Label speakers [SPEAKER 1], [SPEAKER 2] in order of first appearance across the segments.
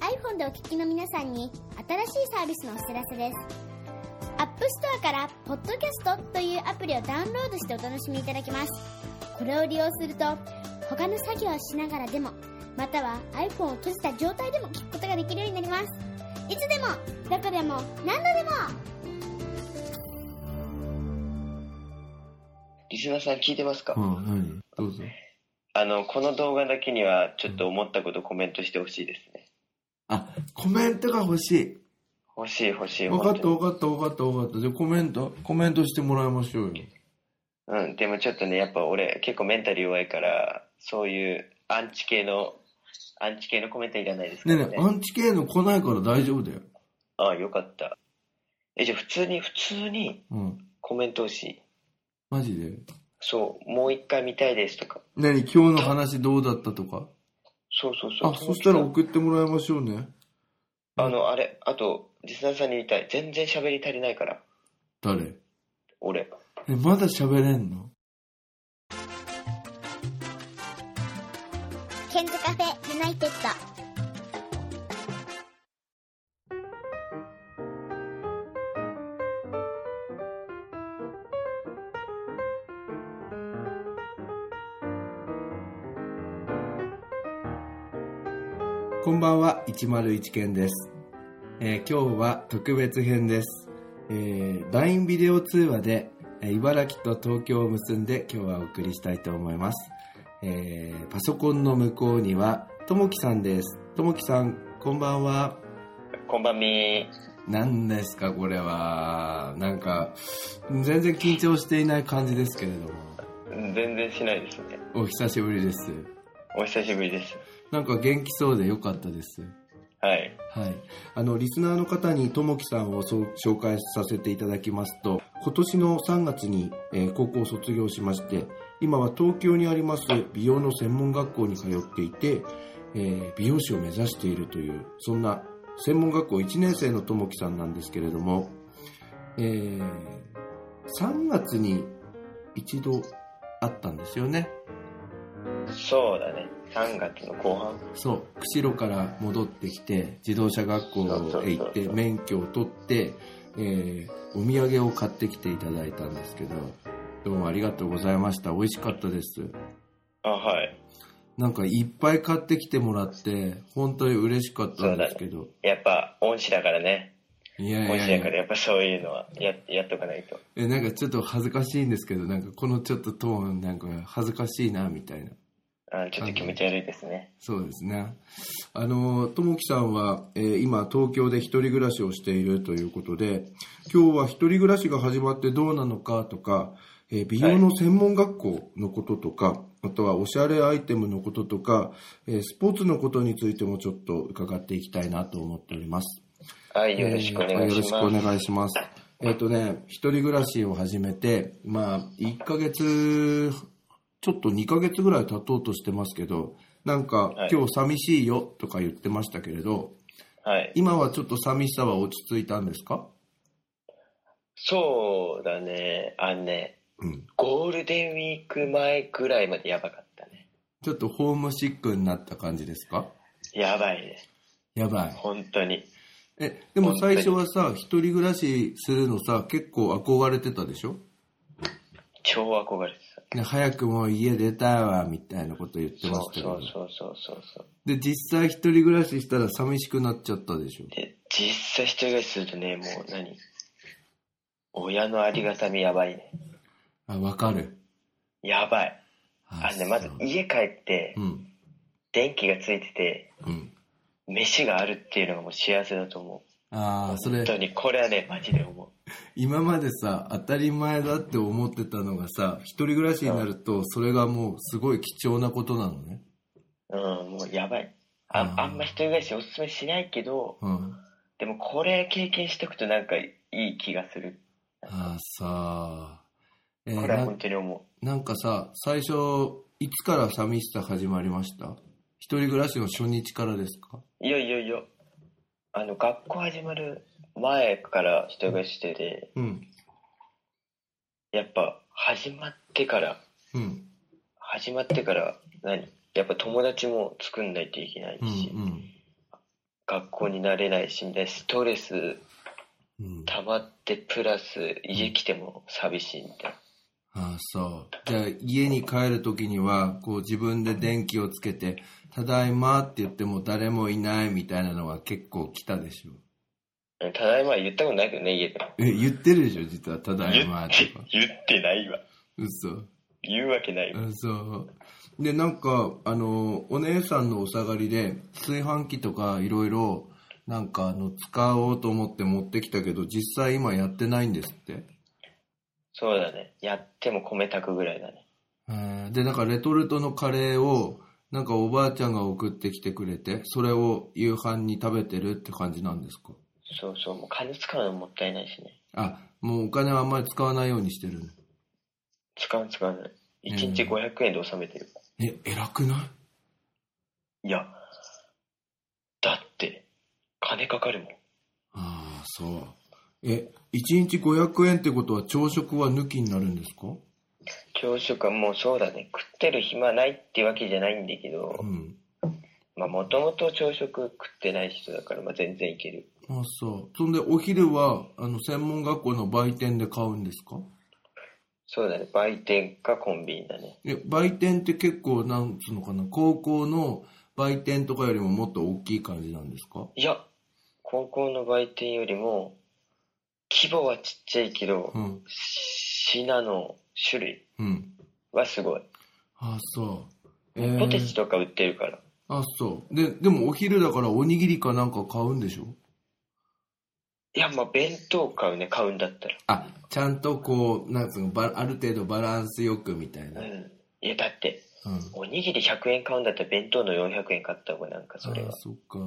[SPEAKER 1] FM でお聞きの皆さんに新しいサービスのお知らせです。App Store から「Podcast」というアプリをダウンロードしてお楽しみいただけます。これを利用すると他の作業をしながらでもまたは iPhone を閉じた状態でも聞くことができるようになります。いつでもどこでも何度でも
[SPEAKER 2] リスナーさん聞いてますか、
[SPEAKER 3] うん、何どうぞ。
[SPEAKER 2] あの、この動画だけには、ちょっと思ったことコメントしてほしいですね。
[SPEAKER 3] あ、コメントが欲し
[SPEAKER 2] 欲しい欲しい。
[SPEAKER 3] い。分かった
[SPEAKER 2] 本
[SPEAKER 3] 分かった分かった分かった。じゃあコメント、コメントしてもらいましょうよ。
[SPEAKER 2] 当にうん、でもちょっとね、やっぱ俺、結構メンタル弱いから、そういうアンチ系の、アンチ系のコメントいらないですか
[SPEAKER 3] ねえ
[SPEAKER 2] ら
[SPEAKER 3] ね
[SPEAKER 2] ね。
[SPEAKER 3] え、アンチ系の来ないから大丈夫だよ。
[SPEAKER 2] ああ、よかった。え、じゃあ普通に、普通に
[SPEAKER 3] うん。
[SPEAKER 2] コメント欲しい。
[SPEAKER 3] マジで。
[SPEAKER 2] そう、もう一回見たいですとか。
[SPEAKER 3] 何今日の話どうだったとか。
[SPEAKER 2] そうそうそう。
[SPEAKER 3] あ、そしたら送ってもらいましょうね。
[SPEAKER 2] あの、あれ、あと、リスナーさんに言いたい。全然喋り足りないから、
[SPEAKER 3] 誰
[SPEAKER 2] 俺。
[SPEAKER 3] ねまだ喋れんの
[SPEAKER 1] ケンズカフェユナイテッド
[SPEAKER 3] こんばんは、101件です。えー今日は特別編です。えー LINE ビデオ通話で、えー茨城と東京を結んで今日はお送りしたいと思います。えーパソコンの向こうには、ともきさんです。ともきさん、こんばんは。
[SPEAKER 2] こんばんみー。
[SPEAKER 3] 何ですか、これは。なんか、全然緊張していない感じですけれども。
[SPEAKER 2] 全然しないですね。
[SPEAKER 3] お久しぶりです。
[SPEAKER 2] お久しぶりです。
[SPEAKER 3] なんか元気そうでよかったです。
[SPEAKER 2] はい。
[SPEAKER 3] はい、あのリスナーの方にともきさんをそう紹介させていただきますと今年の3月に、えー高校を卒業しまして今は東京にあります美容の専門学校に通っていて、えー美容師を目指しているというそんな専門学校1年生のともきさんなんですけれども、えー3月に一度会ったんですよね
[SPEAKER 2] そうだね。3月の後半。
[SPEAKER 3] そう釧路から戻ってきて自動車学校へ行っ
[SPEAKER 2] そうそうそう
[SPEAKER 3] て
[SPEAKER 2] そう
[SPEAKER 3] 免許を取って、えーお土産を買ってきていただいたんですけどどうもありがとうございました美味しかったです
[SPEAKER 2] あ、はい。
[SPEAKER 3] なんかいっぱい買ってきてもらって本当に嬉しかったんですけど、
[SPEAKER 2] やっぱ、恩師だからね。
[SPEAKER 3] いやい
[SPEAKER 2] 恩
[SPEAKER 3] や
[SPEAKER 2] 師
[SPEAKER 3] い
[SPEAKER 2] だか
[SPEAKER 3] や
[SPEAKER 2] ら、やっぱそういうのはや、やっとかないと。
[SPEAKER 3] えなんかちょっと恥ずかしいんですけどなんかこのちょっとトーンなんか恥ずかしいなみたいな
[SPEAKER 2] あちょっと気持ち悪いですね。
[SPEAKER 3] そうですね。あの、ともきさんは、えー今東京で一人暮らしをしているということで、今日は一人暮らしが始まってどうなのかとか、えー美容の専門学校のこととか、あとはおしゃれアイテムのこととか、えースポーツのことについてもちょっと伺っていきたいなと思っております。
[SPEAKER 2] はい、よろしくお願いします。
[SPEAKER 3] えーよろしくお願いします。えっ、とね、一人暮らしを始めて、まあ、1ヶ月、ちょっと2ヶ月ぐらい経とうとしてますけど、なんか、
[SPEAKER 2] はい
[SPEAKER 3] 今日寂しいよとか言ってましたけれど、
[SPEAKER 2] はい。
[SPEAKER 3] 今はちょっと寂しさは落ち着いたんですか
[SPEAKER 2] そうだね。あのね、
[SPEAKER 3] うん。
[SPEAKER 2] ゴールデンウィーク前くらいまでやばかったね。
[SPEAKER 3] ちょっとホームシックになった感じですか
[SPEAKER 2] やばいね。
[SPEAKER 3] やばい。
[SPEAKER 2] 本当に。
[SPEAKER 3] え、でも最初はさ、一人暮らしするのさ、結構憧れてたでしょ
[SPEAKER 2] 超憧れてた。
[SPEAKER 3] ね早くもう家出たわ、みたいなこと言ってましたけ
[SPEAKER 2] そ
[SPEAKER 3] ど
[SPEAKER 2] う。そうそうそうそう。
[SPEAKER 3] で、実際一人暮らししたら寂しくなっちゃったでしょ。
[SPEAKER 2] で、実際一人暮らしするとね、もう何親のありがたみやばいね。
[SPEAKER 3] あ、わかる。
[SPEAKER 2] やばい。
[SPEAKER 3] あ
[SPEAKER 2] あのね、まず
[SPEAKER 3] そう
[SPEAKER 2] 家帰って
[SPEAKER 3] う、ん、
[SPEAKER 2] 電気がついてて、
[SPEAKER 3] うん。
[SPEAKER 2] 飯があるっていうのがもう幸せだと思う。
[SPEAKER 3] ああ、そ
[SPEAKER 2] 本当
[SPEAKER 3] れ、
[SPEAKER 2] に、これはね、マジで思う。
[SPEAKER 3] 今までさ、当たり前だって思ってたのがさ、一人暮らしになると、それがもうすごい貴重なことなのね。
[SPEAKER 2] うん、もうやばい。あ
[SPEAKER 3] あー
[SPEAKER 2] あんま一人暮らしおすすめしないけど、
[SPEAKER 3] うん。
[SPEAKER 2] でもこれ経験しとくとなんかいい気がする。
[SPEAKER 3] ああ、さあ。えー
[SPEAKER 2] これは
[SPEAKER 3] な
[SPEAKER 2] 本、当に思
[SPEAKER 3] なんかさ、最初、いつから寂しさ始まりました一人暮らしの初日からですか
[SPEAKER 2] う。いやいやいや、あの、学校始まる前から一人暮らししてて、
[SPEAKER 3] うん、
[SPEAKER 2] やっぱ始まってから、
[SPEAKER 3] うん、
[SPEAKER 2] 始まってから何やっぱ友達も作んないといけない
[SPEAKER 3] うん、う
[SPEAKER 2] し、
[SPEAKER 3] ん。
[SPEAKER 2] 学校になれないしみたいなストレス
[SPEAKER 3] うん、
[SPEAKER 2] 溜まってプラス家来ても寂しいみたいな
[SPEAKER 3] ああ、そう。じゃあ、家に帰るときには、こう自分で電気をつけて、ただいまって言っても誰もいないみたいなのが結構来たでしょ。
[SPEAKER 2] うんただいま言ったことないけどね家でも
[SPEAKER 3] え、言ってるでしょ、実は、ただい
[SPEAKER 2] 言
[SPEAKER 3] ま
[SPEAKER 2] っ
[SPEAKER 3] と
[SPEAKER 2] て
[SPEAKER 3] か。
[SPEAKER 2] 言ってないわ
[SPEAKER 3] 嘘。
[SPEAKER 2] 言うわけないわ
[SPEAKER 3] うんそう。で、なんか、あの、お姉さんのお下がりで、炊飯器とかいろいろ、なんか、あの、使おうと思って持ってきたけど、実際今やってないんですって。
[SPEAKER 2] そうだねやっても米炊くぐらいだね
[SPEAKER 3] えーで、なんかレトルトのカレーを、なんかおばあちゃんが送ってきてくれて、それを夕飯に食べてるって感じなんですか
[SPEAKER 2] そうそうもう金使うのもったいないしね
[SPEAKER 3] あ、もうお金はあんまり使わないようにしてるの。
[SPEAKER 2] 使う使わない1日
[SPEAKER 3] うん
[SPEAKER 2] 500円で収めてる、
[SPEAKER 3] え、偉くない
[SPEAKER 2] いやだって金かかるもん
[SPEAKER 3] ああ、そう。え、1日500円ってことは朝食は抜きになるんですか
[SPEAKER 2] 朝食はもうそうだね食ってる暇ないってわけじゃないんだけど、
[SPEAKER 3] うん。
[SPEAKER 2] まあもともと朝食食ってない人だから、まあ、全然いける
[SPEAKER 3] あそうそんでお昼はあの専門学校の売店で買うんですか
[SPEAKER 2] そうだね売店かコンビニだね
[SPEAKER 3] え売店って結構なんつうのかな高校の売店とかよりももっと大きい感じなんですか
[SPEAKER 2] いや高校の売店よりも規模はちっちゃいけど、
[SPEAKER 3] うん
[SPEAKER 2] 品の種類
[SPEAKER 3] うん
[SPEAKER 2] はすごい
[SPEAKER 3] あそうえー
[SPEAKER 2] ポテチとか売ってるから、
[SPEAKER 3] あそうででもお昼だからおにぎりかなんか買うんでしょ
[SPEAKER 2] いやまあ弁当買うね買うんだったら
[SPEAKER 3] あちゃんとこうなんつうのばある程度バランスよくみたいな、
[SPEAKER 2] う
[SPEAKER 3] うん、
[SPEAKER 2] んいやだっておにぎり100円買うんだったら弁当の400円買った方がなんかそれ
[SPEAKER 3] ああ
[SPEAKER 2] は
[SPEAKER 3] そっか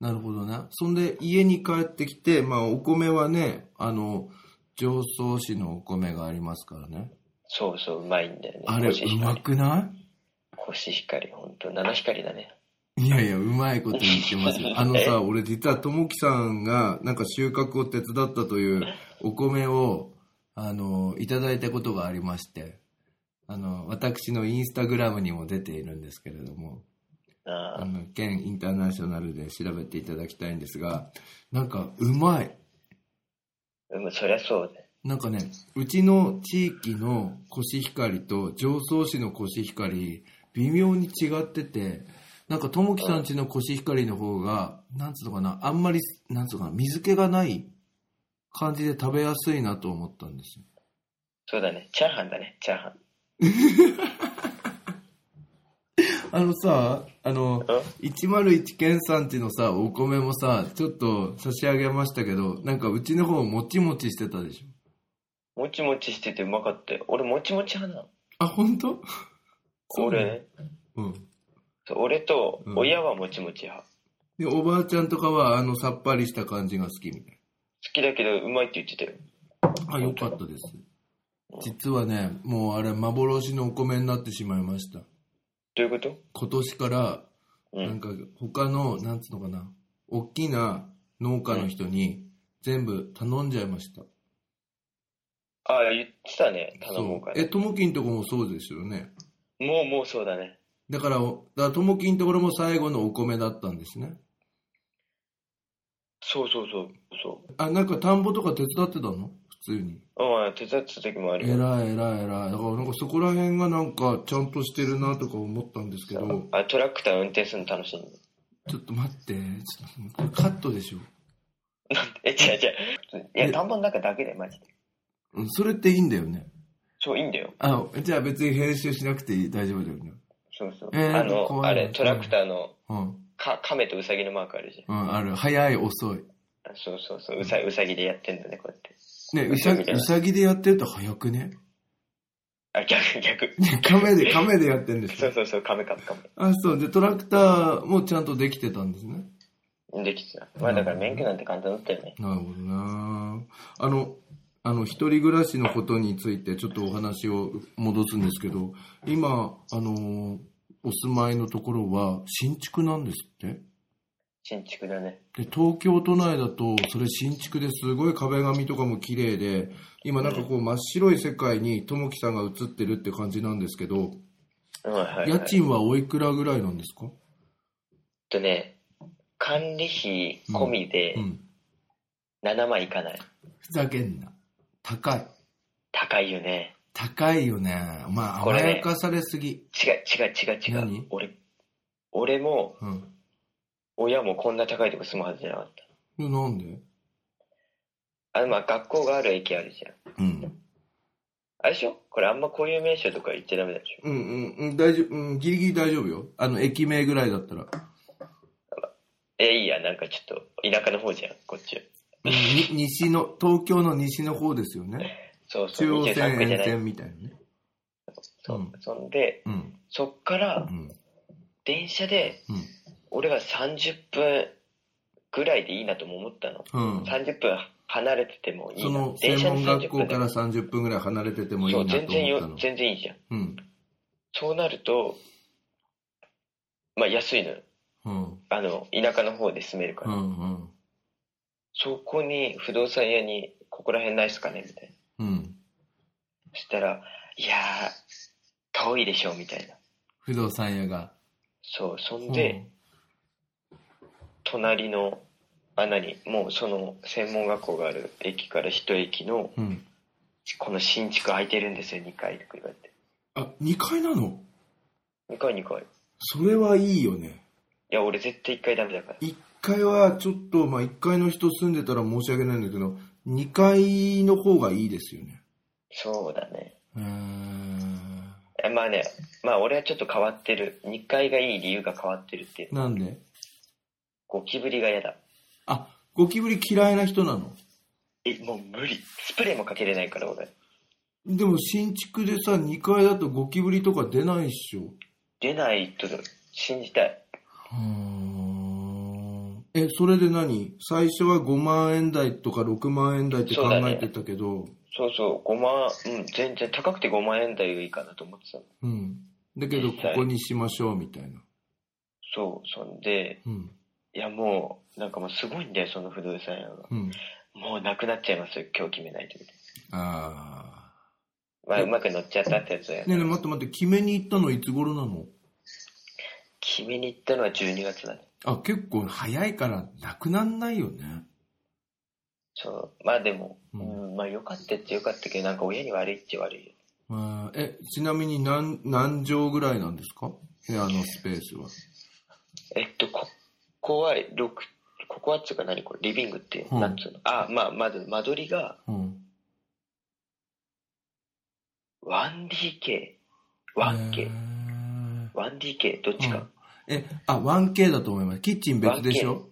[SPEAKER 3] なるほどねそんで家に帰ってきてまあお米はねあの常総市のお米がありますからね
[SPEAKER 2] そうそううまいんだよね
[SPEAKER 3] あれう
[SPEAKER 2] 光
[SPEAKER 3] まくな
[SPEAKER 2] コシヒカリ本当七光だね
[SPEAKER 3] いいやいやうまいこと言ってますよあの
[SPEAKER 2] え
[SPEAKER 3] さ俺実はともきさんがなんか収穫を手伝ったというお米をあのいただいたことがありましてあの私のインスタグラムにも出ているんですけれども
[SPEAKER 2] あ
[SPEAKER 3] あ
[SPEAKER 2] あ
[SPEAKER 3] の、県インターナショナルで調べていただきたいんですが、なんか、うまい。
[SPEAKER 2] うんそりゃそうだよ
[SPEAKER 3] なんかね、うちの地域のコシヒカリと常総市のコシヒカリ、微妙に違ってて、なんか、ともきさんちのコシヒカリの方が、なんつうのかな、あんまり、なんつうのかな、水気がない感じで食べやすいなと思ったんですよ。
[SPEAKER 2] そうだねチャーハンだねチャーハン
[SPEAKER 3] あのさ、あの、
[SPEAKER 2] うん
[SPEAKER 3] 101県産地のさ、お米もさ、ちょっと差し上げましたけど、なんかうちの方もちもちしてたでしょ。
[SPEAKER 2] もちもちしててうまかったよ俺もちもち派なの
[SPEAKER 3] あ、本当？そうな
[SPEAKER 2] 俺
[SPEAKER 3] の
[SPEAKER 2] ね
[SPEAKER 3] うん。
[SPEAKER 2] そう俺と
[SPEAKER 3] うん
[SPEAKER 2] 親はもちもち派
[SPEAKER 3] で、おばあちゃんとかは、あの、さっぱりした感じが好きみたい
[SPEAKER 2] 好きだけどうまいって言ってたよ
[SPEAKER 3] な。あ、よかったです。実はね、もうあれ、幻のお米になってしまいました。
[SPEAKER 2] どういうこと
[SPEAKER 3] 今年から、
[SPEAKER 2] う
[SPEAKER 3] なん
[SPEAKER 2] ん
[SPEAKER 3] か、他の、なんつうのかな、大きな農家の人に、全部頼んじゃいました。
[SPEAKER 2] ああ言ってたね頼もうから
[SPEAKER 3] え、ともきんとこもそうですよね。
[SPEAKER 2] もうもうそうだね
[SPEAKER 3] だから、おだからともきんところも最後のお米だったんですね。
[SPEAKER 2] そうそうそうそう
[SPEAKER 3] あ、なんか田んぼとか手伝ってたの普通に。
[SPEAKER 2] うん、手伝ってた時もある
[SPEAKER 3] え
[SPEAKER 2] よ。
[SPEAKER 3] らいえらいえらい。だからなんかそこら辺がなんかちゃんとしてるなとか思ったんですけど、
[SPEAKER 2] あ、トラクター運転するの楽しいんだ。
[SPEAKER 3] ちょっと待って、ちょっとこれカットでしょ。
[SPEAKER 2] え、違う違う。い
[SPEAKER 3] え
[SPEAKER 2] や、田んぼの中だけで、マジで。
[SPEAKER 3] うんそれっていいんだよね。
[SPEAKER 2] そう、いいんだよ。
[SPEAKER 3] あ、じゃあ別に編集しなくていい大丈夫だよね。
[SPEAKER 2] そうそう。
[SPEAKER 3] えー
[SPEAKER 2] あ
[SPEAKER 3] 怖い
[SPEAKER 2] の、
[SPEAKER 3] ね
[SPEAKER 2] あれ、トラクターの、
[SPEAKER 3] うん。
[SPEAKER 2] か、亀とウサギのマークあるじ
[SPEAKER 3] うん、ある。早い、遅い。
[SPEAKER 2] ゃん。そうそうそう、うさ、うさぎでやってんだね、こうやって。
[SPEAKER 3] ね、うさぎ、
[SPEAKER 2] うさぎだよ
[SPEAKER 3] うさぎでやってると早くね。
[SPEAKER 2] あ、逆、 逆。
[SPEAKER 3] 亀で、亀でやってるんでし
[SPEAKER 2] そう
[SPEAKER 3] ょ。
[SPEAKER 2] そうそう、亀か、亀。
[SPEAKER 3] あ、そう。で、トラクターもちゃんとできてたんですね。
[SPEAKER 2] できてた。まあ、だから免許なんて簡単だったよね。
[SPEAKER 3] なるほどなあの、あの、一人暮らしのことについてちょっとお話を戻すんですけど、今、あの、お住まいのところは新築なんですって
[SPEAKER 2] 新築だね。
[SPEAKER 3] で、東京都内だと、それ新築ですごい壁紙とかも綺麗で、今なんかこう真っ白い世界にともきさんが映ってるって感じなんですけど、
[SPEAKER 2] うん、はい、はい。
[SPEAKER 3] 家賃はおいくらぐらいなんです
[SPEAKER 2] え
[SPEAKER 3] か
[SPEAKER 2] っとね、管理費込みで
[SPEAKER 3] うん。
[SPEAKER 2] 7万いかない。
[SPEAKER 3] ふざけんな。高い。
[SPEAKER 2] 高いよね。
[SPEAKER 3] 高いよね。まあ、
[SPEAKER 2] こ
[SPEAKER 3] 甘
[SPEAKER 2] れね
[SPEAKER 3] やかされすぎ。
[SPEAKER 2] 違う違う違う違う
[SPEAKER 3] 何。
[SPEAKER 2] 俺、俺も
[SPEAKER 3] うん。
[SPEAKER 2] 親もこんな高いとこ住むはずじゃなかっ
[SPEAKER 3] えなんで
[SPEAKER 2] た。あの、まあ学校がある駅あるじゃん。
[SPEAKER 3] うん。
[SPEAKER 2] あれでしょこれあんまこういう名所とか言っちゃダメだでしょ
[SPEAKER 3] うんうんうん、大丈夫、うん、ギリギリ大丈夫よ。あの、駅名ぐらいだったら。
[SPEAKER 2] え、いいや、なんかちょっと田舎の方じゃん、こっち。
[SPEAKER 3] うんに西の、東京の西の方ですよね。
[SPEAKER 2] そうそう、
[SPEAKER 3] 中
[SPEAKER 2] 23
[SPEAKER 3] 央線
[SPEAKER 2] 区じゃ
[SPEAKER 3] 沿
[SPEAKER 2] ない。
[SPEAKER 3] 線みたいなね。
[SPEAKER 2] そううんそんで、
[SPEAKER 3] うん。
[SPEAKER 2] そっから
[SPEAKER 3] うん。
[SPEAKER 2] 電車で俺が30分ぐらいでいいなとも思ったの。
[SPEAKER 3] うん。うん。
[SPEAKER 2] 30分離れててもい
[SPEAKER 3] そ
[SPEAKER 2] いな
[SPEAKER 3] の。
[SPEAKER 2] 電
[SPEAKER 3] 専
[SPEAKER 2] 車で30
[SPEAKER 3] 門学校
[SPEAKER 2] 分
[SPEAKER 3] か
[SPEAKER 2] だ
[SPEAKER 3] ら30分ぐらい離れててもいい
[SPEAKER 2] そ
[SPEAKER 3] な
[SPEAKER 2] う、
[SPEAKER 3] と
[SPEAKER 2] 全
[SPEAKER 3] 思
[SPEAKER 2] 然
[SPEAKER 3] った
[SPEAKER 2] よ
[SPEAKER 3] の、。
[SPEAKER 2] 全然いいじゃん。
[SPEAKER 3] うん。
[SPEAKER 2] そうなると、まあ安いのよ。
[SPEAKER 3] うん。
[SPEAKER 2] あの、田舎の方で住めるか
[SPEAKER 3] う
[SPEAKER 2] ら。
[SPEAKER 3] ん。うん。
[SPEAKER 2] そこに不動産屋に、ここら辺ないっすかねみたいな。
[SPEAKER 3] うん。
[SPEAKER 2] そしたら、いやー、遠いでしょみたいな。
[SPEAKER 3] 不動産屋が。
[SPEAKER 2] そう、そんで、隣の穴にもうその専門学校がある駅から一駅の
[SPEAKER 3] うん、うん。
[SPEAKER 2] この新築空いてるんですよ2階とか言われて
[SPEAKER 3] あ、2階なの
[SPEAKER 2] 2階2階い
[SPEAKER 3] それはいいよね。
[SPEAKER 2] や俺絶対1階ダメだから
[SPEAKER 3] 1階はちょっと、まあ、1階の人住んでたら申し訳ないんだけど、2階の方がいいですよね。
[SPEAKER 2] そうだね
[SPEAKER 3] うーん。
[SPEAKER 2] えまあねまあ俺はちょっと変わってる2階がいい理由が変わってるっていう
[SPEAKER 3] なんで
[SPEAKER 2] ゴキブリが嫌だ
[SPEAKER 3] あ、ゴキブリ嫌いな人なの
[SPEAKER 2] えもう無理スプレーもかけれないから俺
[SPEAKER 3] でも新築でさ、2階だとゴキブリとか出ないっしょ。
[SPEAKER 2] 出ないと信じたい
[SPEAKER 3] え、それで何最初は5万円台とか6万円台って考えてたけど、
[SPEAKER 2] そうそう5万うん全然高くて5万円台がいいかなと思ってたの
[SPEAKER 3] うん。だけど、ここにしましょうみたいな。
[SPEAKER 2] そうそんで
[SPEAKER 3] うん。
[SPEAKER 2] いやもうなんかもうすごいんだよその不動産屋が
[SPEAKER 3] うん。
[SPEAKER 2] もうなくなっちゃいますよ今日決めないとみたい
[SPEAKER 3] あ
[SPEAKER 2] なまあうまく乗っちゃったってやつだよ
[SPEAKER 3] ー。ねえねえ、待って待って、決めに行ったのいつ頃なの
[SPEAKER 2] 決めに行ったのは12月だね
[SPEAKER 3] あ、結構早いから、なくなんないよね。
[SPEAKER 2] そうまあでも、
[SPEAKER 3] う
[SPEAKER 2] うんんまあよかったっちゃよかったけどなんか親に悪いっちゃ悪いよ
[SPEAKER 3] あーえ、ちなみに何、何畳ぐらいなんですか部屋のスペースは。
[SPEAKER 2] えっとここは6ここはっつうか何これリビングっていう、
[SPEAKER 3] うん
[SPEAKER 2] なんつうのあまあまず間取りが
[SPEAKER 3] うん。
[SPEAKER 2] 1DK1K1DK
[SPEAKER 3] へー
[SPEAKER 2] どっちか
[SPEAKER 3] え、あ、1K だと思います。キッチン別でしょ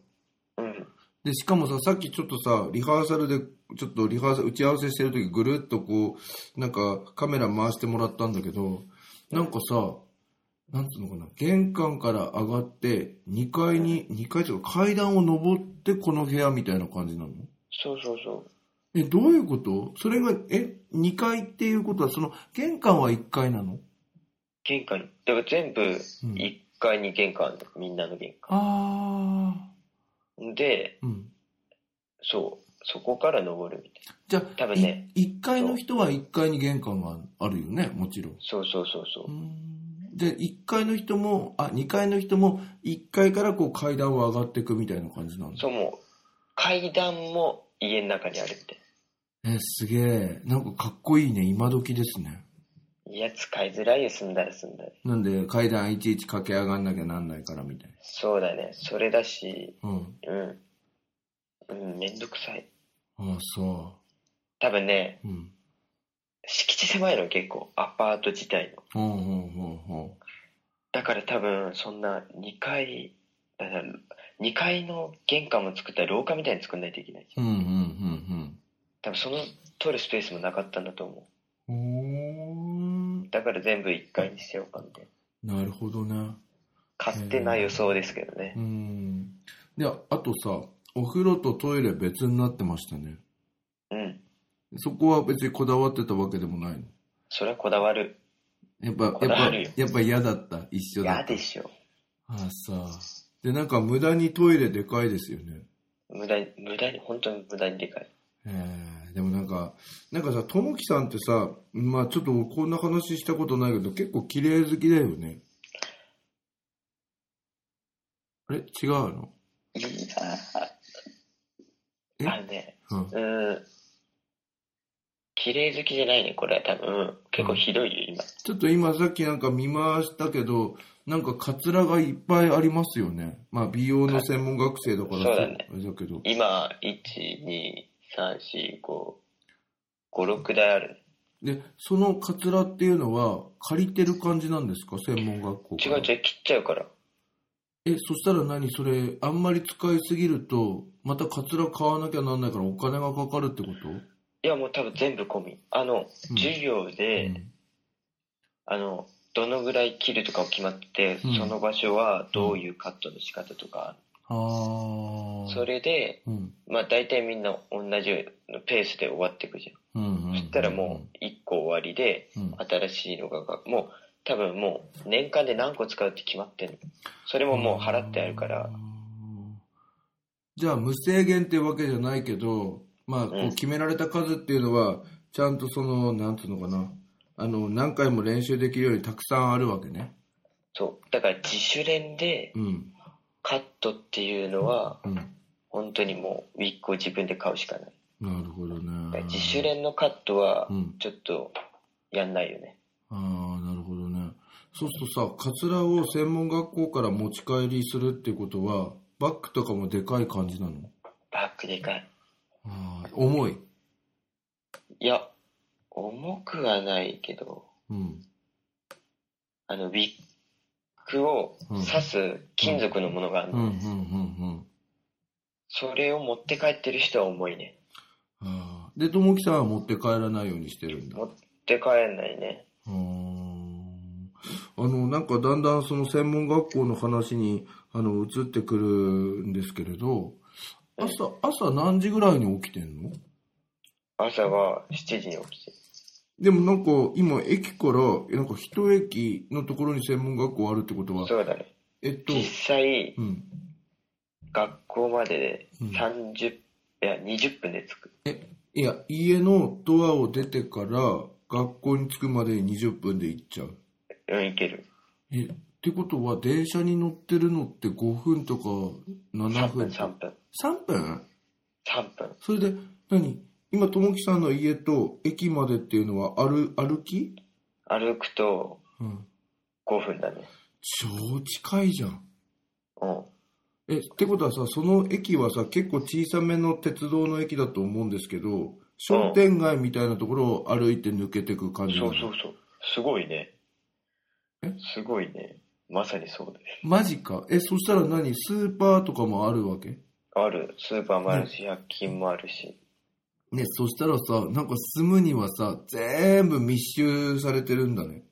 [SPEAKER 2] うん、
[SPEAKER 3] で、しかもさ、さっきちょっとさ、リハーサルで、ちょっとリハーサル、打ち合わせしてる時ぐるっとこう、なんかカメラ回してもらったんだけど、なんかさ、なんつうのかな、玄関から上がって、2階に、2階とか階段を登ってこの部屋みたいな感じなの
[SPEAKER 2] そうそうそう
[SPEAKER 3] え、どういうことそれが、え、2階っていうことは、その、玄関は1階なの
[SPEAKER 2] 玄関にだから全部
[SPEAKER 3] うん
[SPEAKER 2] 1階に玄関あるのみんなの玄
[SPEAKER 3] あ
[SPEAKER 2] 関で
[SPEAKER 3] ー。うん。
[SPEAKER 2] そうそこから登るみたいな
[SPEAKER 3] じゃあ、
[SPEAKER 2] 多分ね
[SPEAKER 3] 1階の人は1階に玄関があるよね、もちろん。
[SPEAKER 2] そうそうそうそうう
[SPEAKER 3] ーんで、1階の人も、あ、2階の人も、1階からこう階段を上がっていくみたいな感じなんだ。
[SPEAKER 2] そうもう階段も家の中にあるって
[SPEAKER 3] え、すげえ。なんかかっこいいね。今時ですね。
[SPEAKER 2] いや使いづらいよ住んだら住んだら
[SPEAKER 3] なんで、階段いちいち駆け上がんなきゃなんないからみたい
[SPEAKER 2] そうだねそれだし
[SPEAKER 3] な。うん。
[SPEAKER 2] うんうんめんどくさい
[SPEAKER 3] ああ、そ
[SPEAKER 2] 多分ね
[SPEAKER 3] う。うん。
[SPEAKER 2] 敷地狭いの結構アパート自体の
[SPEAKER 3] ほうほうほうほ
[SPEAKER 2] だから多分そんな2階だから2階の玄関も作ったら廊下みたいに作んないといけないじゃ
[SPEAKER 3] う。
[SPEAKER 2] ん
[SPEAKER 3] うんうんうん
[SPEAKER 2] 多分その取るスペースもなかったんだと思
[SPEAKER 3] うん。ほ
[SPEAKER 2] うだから全部1階にしようかみたいな
[SPEAKER 3] ーなるほどね。
[SPEAKER 2] 勝手な予想ですけどね
[SPEAKER 3] うん。で、あとさ、お風呂とトイレ別になってましたね。
[SPEAKER 2] うん
[SPEAKER 3] そこは別にこだわってたわけでもないの
[SPEAKER 2] それはこだわる
[SPEAKER 3] やっぱ、やっ
[SPEAKER 2] こだわ
[SPEAKER 3] ぱ
[SPEAKER 2] るよ、
[SPEAKER 3] やっぱ嫌だった。一緒だ
[SPEAKER 2] 嫌
[SPEAKER 3] った。
[SPEAKER 2] でしょ
[SPEAKER 3] ああ、さあ。で、なんか無駄にトイレでかいですよね。
[SPEAKER 2] 無駄に無駄に本当に無駄にでかい
[SPEAKER 3] ええでもなんか、なんかさ、ともきさんってさ、まあちょっとこんな話したことないけど、結構綺麗好きだよね。あれ違うの
[SPEAKER 2] い
[SPEAKER 3] え
[SPEAKER 2] あのね、
[SPEAKER 3] うん
[SPEAKER 2] うーん。綺麗好きじゃないね、これは多分。結構ひどいよ、今。
[SPEAKER 3] ちょっと今さっきなんか見ましたけど、なんかカツラがいっぱいありますよね。まあ美容の専門学生だから、
[SPEAKER 2] そうだね
[SPEAKER 3] あれだけど。
[SPEAKER 2] 今、1、2、3、4、5、5、6台ある。
[SPEAKER 3] で、そのカツラっていうのは借りてる感じなんですか専門学校か
[SPEAKER 2] 違
[SPEAKER 3] ら
[SPEAKER 2] う違う、切っちゃうから。
[SPEAKER 3] え、そしたら何それ、あんまり使いすぎると、またカツラ買わなきゃなんないからお金がかかるってこと、
[SPEAKER 2] いや、もう多分全部込み。あの、
[SPEAKER 3] うん
[SPEAKER 2] 授業で、
[SPEAKER 3] うん
[SPEAKER 2] あの、どのぐらい切るとかを決まってて、
[SPEAKER 3] うん
[SPEAKER 2] その場所はどういうカットの仕方とか、
[SPEAKER 3] ああ。
[SPEAKER 2] それで、
[SPEAKER 3] うん。
[SPEAKER 2] まあ大体みんな同じようなペースで終わっていくじゃん。
[SPEAKER 3] うんうん、う
[SPEAKER 2] そ
[SPEAKER 3] ん。
[SPEAKER 2] したらもう1個終わりで、
[SPEAKER 3] うん、
[SPEAKER 2] 新しいのがが、もう多分もう年間で何個使うって決まってんの。それももう払ってあるから
[SPEAKER 3] あー。じゃあ無制限ってわけじゃないけど、まあ、こ
[SPEAKER 2] う
[SPEAKER 3] うん決められた数っていうのは、ちゃんとその、なんつうのかな、あの、何回も練習できるようにたくさんあるわけね。
[SPEAKER 2] そう。だから自主練で
[SPEAKER 3] うん。
[SPEAKER 2] カットっていうのは、
[SPEAKER 3] うん。
[SPEAKER 2] 本当にもうウィッグを自分で買うしかない。
[SPEAKER 3] なるほど
[SPEAKER 2] だから
[SPEAKER 3] ね。
[SPEAKER 2] 自主練のカットは
[SPEAKER 3] う、ん。
[SPEAKER 2] ちょっとやんないよね。
[SPEAKER 3] ああ、なるほどね。そうするとさ、カツラを専門学校から持ち帰りするっていうことは、バッグとかもでかい感じなの
[SPEAKER 2] バックでかい。
[SPEAKER 3] ああ、重い。
[SPEAKER 2] いや、重くはないけど、
[SPEAKER 3] うん。
[SPEAKER 2] あの、ウィッグを刺す金属のものがある
[SPEAKER 3] うん、う
[SPEAKER 2] の、
[SPEAKER 3] ん、うん、うん。
[SPEAKER 2] それを持って帰ってる人は重いね。
[SPEAKER 3] ああで、ともきさんは持って帰らないようにしてるんだ。
[SPEAKER 2] 持って帰んないね。
[SPEAKER 3] うーんあの、なんかだんだんその専門学校の話に、あの、移ってくるんですけれど、朝、朝何時ぐらいに起きてんの
[SPEAKER 2] 朝は7時に起きて。
[SPEAKER 3] でもなんか今駅から、なんか一駅のところに専門学校あるってことは、
[SPEAKER 2] そうだね。
[SPEAKER 3] えっと、
[SPEAKER 2] 実際、
[SPEAKER 3] うん。
[SPEAKER 2] 学校まで
[SPEAKER 3] うん
[SPEAKER 2] 30、いや、20分で着く。
[SPEAKER 3] いや、家のドアを出てから学校に着くまでに20分で行っちゃう。
[SPEAKER 2] うん、行ける。
[SPEAKER 3] え、ってことは電車に乗ってるのって5分とか7
[SPEAKER 2] 3分、
[SPEAKER 3] 分とか
[SPEAKER 2] 3分。
[SPEAKER 3] 3分
[SPEAKER 2] 3分。
[SPEAKER 3] それで何今ともきさんの家と駅までっていうのは歩歩き、
[SPEAKER 2] 歩くと
[SPEAKER 3] うん、
[SPEAKER 2] 5分だね。
[SPEAKER 3] 超近いじゃん
[SPEAKER 2] うん。
[SPEAKER 3] えってことはさその駅はさ結構小さめの鉄道の駅だと思うんですけど商店街みたいなところを歩いて抜けてく感じな
[SPEAKER 2] そ
[SPEAKER 3] の
[SPEAKER 2] うそうそう。すごいね
[SPEAKER 3] え。
[SPEAKER 2] すごいね。まさにそうだね。
[SPEAKER 3] マジかえそしたら何スーパーとかもあるわけ
[SPEAKER 2] ある。スーパーもあるし、百均もあるし。
[SPEAKER 3] ねそしたらさなんか住むにはさ全部密集されてるんだね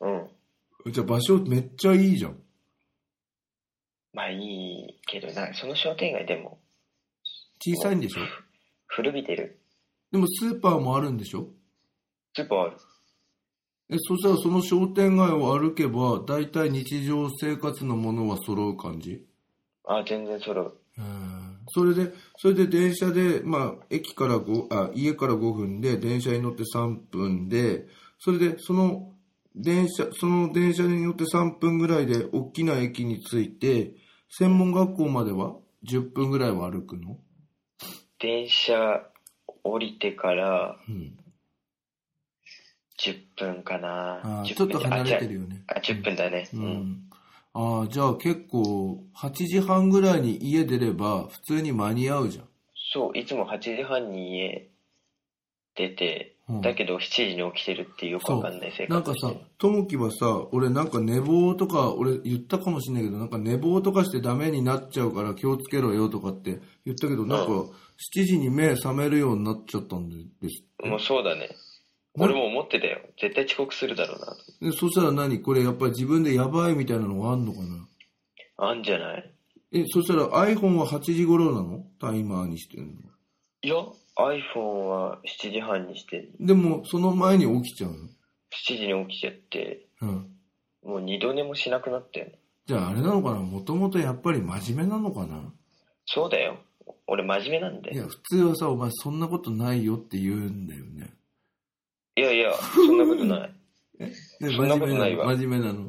[SPEAKER 2] うん。
[SPEAKER 3] じゃあ場所めっちゃいいじゃん
[SPEAKER 2] まあいいけどな、その商店街でも
[SPEAKER 3] 小さいんでしょ
[SPEAKER 2] 古びてる。
[SPEAKER 3] でもスーパーもあるんでしょ
[SPEAKER 2] スーパーある。
[SPEAKER 3] え、そしたらその商店街を歩けば、大体日常生活のものは揃う感じ
[SPEAKER 2] あ、全然揃う。
[SPEAKER 3] それで、それで電車で、まあ、駅から5、あ、家から5分で、電車に乗って3分で、それで、その、電車、その電車に乗って3分ぐらいで、大きな駅に着いて、専門学校までは10分ぐらいは歩くの
[SPEAKER 2] 電車降りてから
[SPEAKER 3] うん。
[SPEAKER 2] 10分かな。
[SPEAKER 3] あー
[SPEAKER 2] 10
[SPEAKER 3] ちょ
[SPEAKER 2] 分
[SPEAKER 3] っと離れてるよね。
[SPEAKER 2] あ、違うあ10分だね。
[SPEAKER 3] う
[SPEAKER 2] うん。
[SPEAKER 3] ん。ああ、じゃあ結構、8時半ぐらいに家出れば、普通に間に合うじゃん。
[SPEAKER 2] そう、いつも8時半に家出て、
[SPEAKER 3] うん
[SPEAKER 2] だけど7時に起きてるっていうよくわかんない生
[SPEAKER 3] なん
[SPEAKER 2] 活
[SPEAKER 3] か
[SPEAKER 2] をして
[SPEAKER 3] さ
[SPEAKER 2] る。、
[SPEAKER 3] ともきはさ、俺なんか寝坊とか、俺言ったかもしんないけど、なんか寝坊とかしてダメになっちゃうから気をつけろよとかって言ったけど、なんか
[SPEAKER 2] う
[SPEAKER 3] 7時に目覚めるようになっちゃったんですって。
[SPEAKER 2] もうそうだね。
[SPEAKER 3] な
[SPEAKER 2] 俺も思ってたよ。絶対遅刻するだろうなと。
[SPEAKER 3] でそしたら何これやっぱり自分でやばいみたいなのがあんのかな
[SPEAKER 2] あんじゃない
[SPEAKER 3] え、そしたら iPhone は8時頃なのタイマーにしてるの。
[SPEAKER 2] いや、iPhone は7時半にして、
[SPEAKER 3] でも、その前に起きちゃう
[SPEAKER 2] 7時に起きちゃって、
[SPEAKER 3] の。うん。
[SPEAKER 2] もう二度寝もしなくなったよね。
[SPEAKER 3] じゃああれなのかなもともとやっぱり真面目なのかな
[SPEAKER 2] そうだよ。俺真面目なんで。
[SPEAKER 3] い
[SPEAKER 2] い
[SPEAKER 3] や、普通はさ、お前そんなことないよって言うんだよね。
[SPEAKER 2] やいや、そんなことない。
[SPEAKER 3] ね
[SPEAKER 2] そんなことないわ
[SPEAKER 3] 真面目なの真面目なの。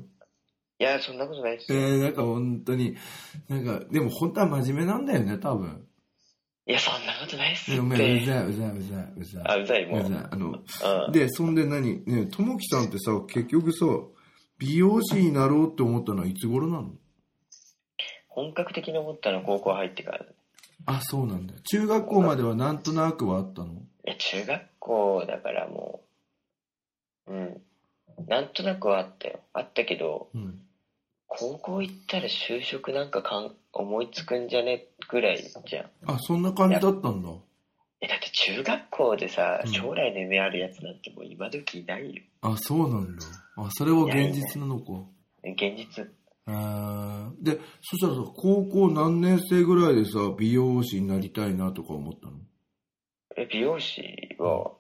[SPEAKER 2] いや、そんなことないっす
[SPEAKER 3] え
[SPEAKER 2] よ。
[SPEAKER 3] ー、なんか本当に、なんか、でも本当は真面目なんだよね、多分。
[SPEAKER 2] いや、そんなことないっす
[SPEAKER 3] ね
[SPEAKER 2] っ
[SPEAKER 3] うざい、う
[SPEAKER 2] て。
[SPEAKER 3] ざい、うざい、うざい、うざい。
[SPEAKER 2] あ、うざい、もう。
[SPEAKER 3] う
[SPEAKER 2] うん。
[SPEAKER 3] ざい。あの、で、そんで何ねえ、ともきさんってさ、結局さ、美容師になろうって思ったのはいつ頃なの
[SPEAKER 2] 本格的に思ったのは高校入ってから。い
[SPEAKER 3] あ、そうなんだ。中学校まではなんとなくはあったの
[SPEAKER 2] や、中学校だからもう、うん。なんとなくはあったよ。あったけど、
[SPEAKER 3] うん。
[SPEAKER 2] 高校行ったら就職なんかかん思いつくんじゃねぐらいじゃん。
[SPEAKER 3] あ、そんな感じだったんだ。
[SPEAKER 2] え、だって中学校でさ
[SPEAKER 3] う、ん
[SPEAKER 2] 将来の夢あるやつなんてもう今時いないよ。
[SPEAKER 3] あ、そうなんだ。あ、それは現実なのか。
[SPEAKER 2] 現実。
[SPEAKER 3] へーで、そしたらさ、高校何年生ぐらいでさ、美容師になりたいなとか思ったの
[SPEAKER 2] え、美容師は、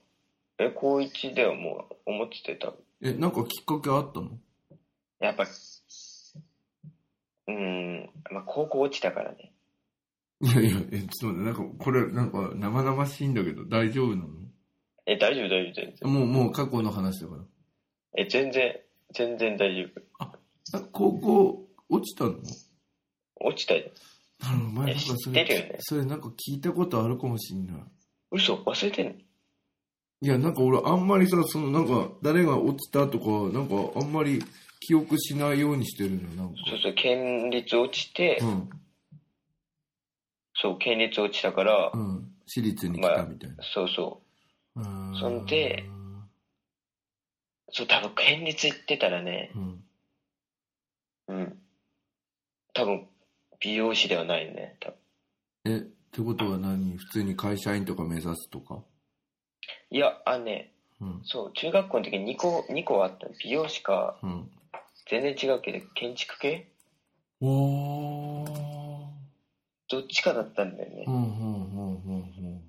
[SPEAKER 2] え、高1ではもう思ってた。
[SPEAKER 3] え、なんかきっかけあったの
[SPEAKER 2] やっぱ、うん、まあ高校落ちたからね。
[SPEAKER 3] いやいや、え、ちょっと待って、なんか、これ、なんか、生々しいんだけど、大丈夫なの
[SPEAKER 2] え、大丈夫、大丈夫、全然。
[SPEAKER 3] もう、もう過去の話だから。
[SPEAKER 2] え、全然、全然大丈夫。
[SPEAKER 3] あ高校落ちたの
[SPEAKER 2] 落ちたよ。
[SPEAKER 3] あの前
[SPEAKER 2] え
[SPEAKER 3] なんかそ
[SPEAKER 2] 知ってるよ
[SPEAKER 3] れ
[SPEAKER 2] ね、
[SPEAKER 3] それなんか聞いたことあるかもしんない。
[SPEAKER 2] 嘘、忘れてんの
[SPEAKER 3] いや、なんか俺あんまりさ、そのなんか誰が落ちたとか、なんかあんまり記憶しないようにしてるのよ、なんか。
[SPEAKER 2] そうそう、県立落ちて、
[SPEAKER 3] うん、
[SPEAKER 2] そう、県立落ちたから、
[SPEAKER 3] うん。私立に来たみたいな。
[SPEAKER 2] そうそうそんで、う、そう、多分県立行ってたらね、
[SPEAKER 3] うん。
[SPEAKER 2] うん。多分、美容師ではないね、多分。
[SPEAKER 3] え、ってことは何普通に会社員とか目指すとか
[SPEAKER 2] いや、あのね、
[SPEAKER 3] うん。
[SPEAKER 2] そう、中学校の時に2個、二個あった。美容師か、
[SPEAKER 3] うん。
[SPEAKER 2] 全然違うけど、建築系
[SPEAKER 3] おー。
[SPEAKER 2] どっちかだったんだよね
[SPEAKER 3] うん、う。ん、うん、うん、うん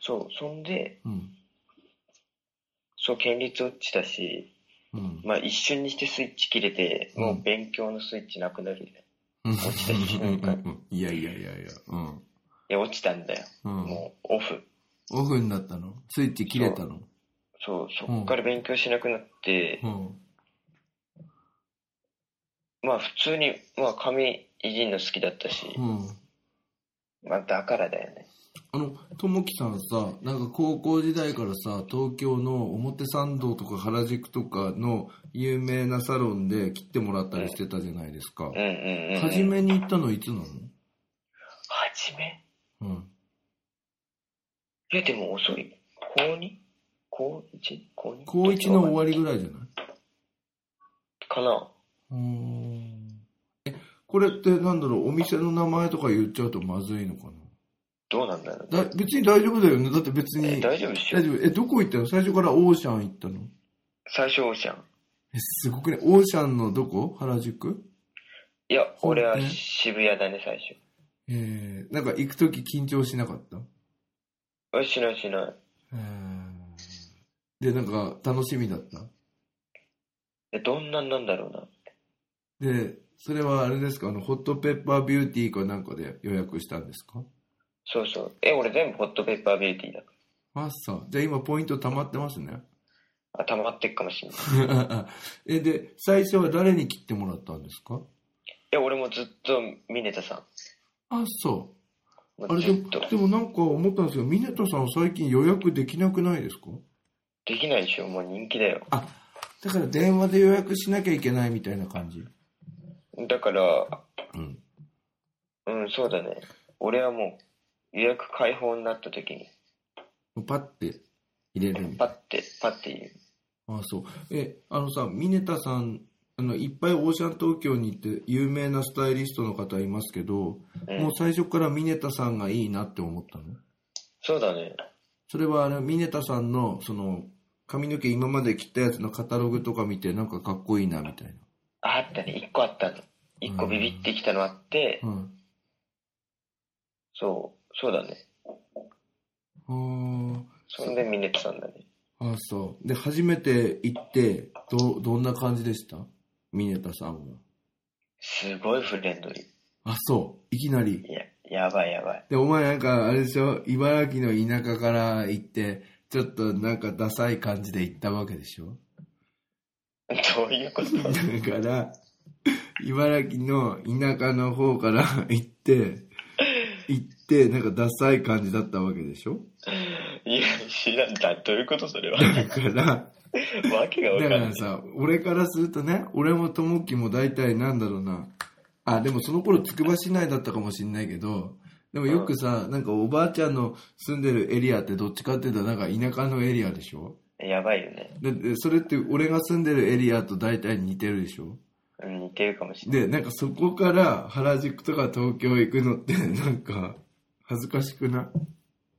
[SPEAKER 2] そう、そんで、
[SPEAKER 3] うん。うん。
[SPEAKER 2] そう、県立落ちたし、
[SPEAKER 3] うん。
[SPEAKER 2] まあ一瞬にしてスイッチ切れて、
[SPEAKER 3] うん
[SPEAKER 2] もう勉強のスイッチなくなるよね。
[SPEAKER 3] 落
[SPEAKER 2] ちた瞬間
[SPEAKER 3] いやいやいやいや、うん。
[SPEAKER 2] いや、落ちたんだよ。
[SPEAKER 3] うん。
[SPEAKER 2] もう、オフ。
[SPEAKER 3] オフになったのスイッチ切れたの
[SPEAKER 2] そう、そっから勉強しなくなって、
[SPEAKER 3] うん。
[SPEAKER 2] まあ普通に、まあ髪いじんの好きだったし、
[SPEAKER 3] うん。
[SPEAKER 2] まあだからだよね。
[SPEAKER 3] あの、ともきさんさ、なんか高校時代からさ、東京の表参道とか原宿とかの有名なサロンで切ってもらったりしてたじゃないですか
[SPEAKER 2] うん。うんうん。
[SPEAKER 3] 初。めに行ったのいつなの
[SPEAKER 2] 初め
[SPEAKER 3] うん。
[SPEAKER 2] いや、でも遅い。高 2? 高 1? 高 2?
[SPEAKER 3] 高1の終わりぐらいじゃない
[SPEAKER 2] かな
[SPEAKER 3] うん。え、これってなんだろう、お店の名前とか言っちゃうとまずいのか
[SPEAKER 2] どうなんだろう。
[SPEAKER 3] なだ別に大丈夫だよね。だって別
[SPEAKER 2] え
[SPEAKER 3] に。
[SPEAKER 2] 大丈夫っしょ
[SPEAKER 3] 大丈夫。え、どこ行ったの最初からオーシャン行ったの
[SPEAKER 2] 最初オーシャン。
[SPEAKER 3] え、すごくね。オーシャンのどこ原宿
[SPEAKER 2] いや、
[SPEAKER 3] そうね
[SPEAKER 2] 俺は渋谷だね、最初。
[SPEAKER 3] えー、なんか行くとき緊張しなかった
[SPEAKER 2] あしないしない。
[SPEAKER 3] で、なんか楽しみだった
[SPEAKER 2] えどんなんなんだろうな。
[SPEAKER 3] で、それはあれですかあの、ホットペッパービューティーかなんかで予約したんですか
[SPEAKER 2] そうそう。え、俺全部ホットペッパービューティーだ。
[SPEAKER 3] あ、そう。じゃあ今ポイント溜まってますね。
[SPEAKER 2] あ、溜まってっかもしんない。
[SPEAKER 3] え、で、最初は誰に切ってもらったんですか
[SPEAKER 2] え、俺もずっとミネタさ
[SPEAKER 3] あ、そ
[SPEAKER 2] ん。
[SPEAKER 3] う。あ
[SPEAKER 2] もう
[SPEAKER 3] れ
[SPEAKER 2] ず
[SPEAKER 3] で
[SPEAKER 2] っと
[SPEAKER 3] も、。でもなんか思ったんですけど、ミネタさん最近予約できなくないですか
[SPEAKER 2] できないでしょ、もう人気だよ。
[SPEAKER 3] あ、だから電話で予約しなきゃいけないみたいな感じ。
[SPEAKER 2] だから、
[SPEAKER 3] うん。
[SPEAKER 2] うん、そうだね。俺はもう予約開放になった時に、
[SPEAKER 3] パッて入れるみた
[SPEAKER 2] パ
[SPEAKER 3] い
[SPEAKER 2] ッて、パッて言う。
[SPEAKER 3] な。あ、そう。え、あのさ、ミネタさん、あの、いっぱいオーシャン東京に行って有名なスタイリストの方いますけど、
[SPEAKER 2] うん
[SPEAKER 3] もう最初からミネタさんがいいなって思ったの
[SPEAKER 2] そうだね。
[SPEAKER 3] それはあの、ミネタさんの、その、髪の毛今まで切ったやつのカタログとか見てなんかかっこいいなみたい
[SPEAKER 2] ああったね、一個あったの。一個ビビってきたのあって、
[SPEAKER 3] な。うん。
[SPEAKER 2] そう、そうだね。
[SPEAKER 3] あー
[SPEAKER 2] そんでミネタさんだね。
[SPEAKER 3] あー、そう。で、初めて行って、ど、どんな感じでしたミネタさんは。
[SPEAKER 2] すごいフレンドリ
[SPEAKER 3] あ、そう。いきなり。
[SPEAKER 2] ー。いや、やばいやばい。
[SPEAKER 3] で、お前なんか、あれでしょ茨城の田舎から行って、ちょっとなんかダサい感じで行ったわけでしょ
[SPEAKER 2] どういう こと
[SPEAKER 3] だから、茨城の田舎の方から行って、行っって、なんかダサい感じだったわけでしょ
[SPEAKER 2] いや、知らん。だ、どういうことそ れは。
[SPEAKER 3] だから、
[SPEAKER 2] わけがわかん
[SPEAKER 3] だか
[SPEAKER 2] ない
[SPEAKER 3] ら。さ、俺からするとね、俺もともきも大体なんだろうな。あ、でもその頃つくば市内だったかもしんないけど、でもよくさ、なんかおばあちゃんの住んでるエリアってどっちかっていうとなんか田舎のエリアでしょ
[SPEAKER 2] やばいよね。
[SPEAKER 3] だってそれって俺が住んでるエリアと大体似てるでしょ
[SPEAKER 2] うん、似てるかもしれない。
[SPEAKER 3] で、なんかそこから原宿とか東京行くのって なんか恥ずかしくない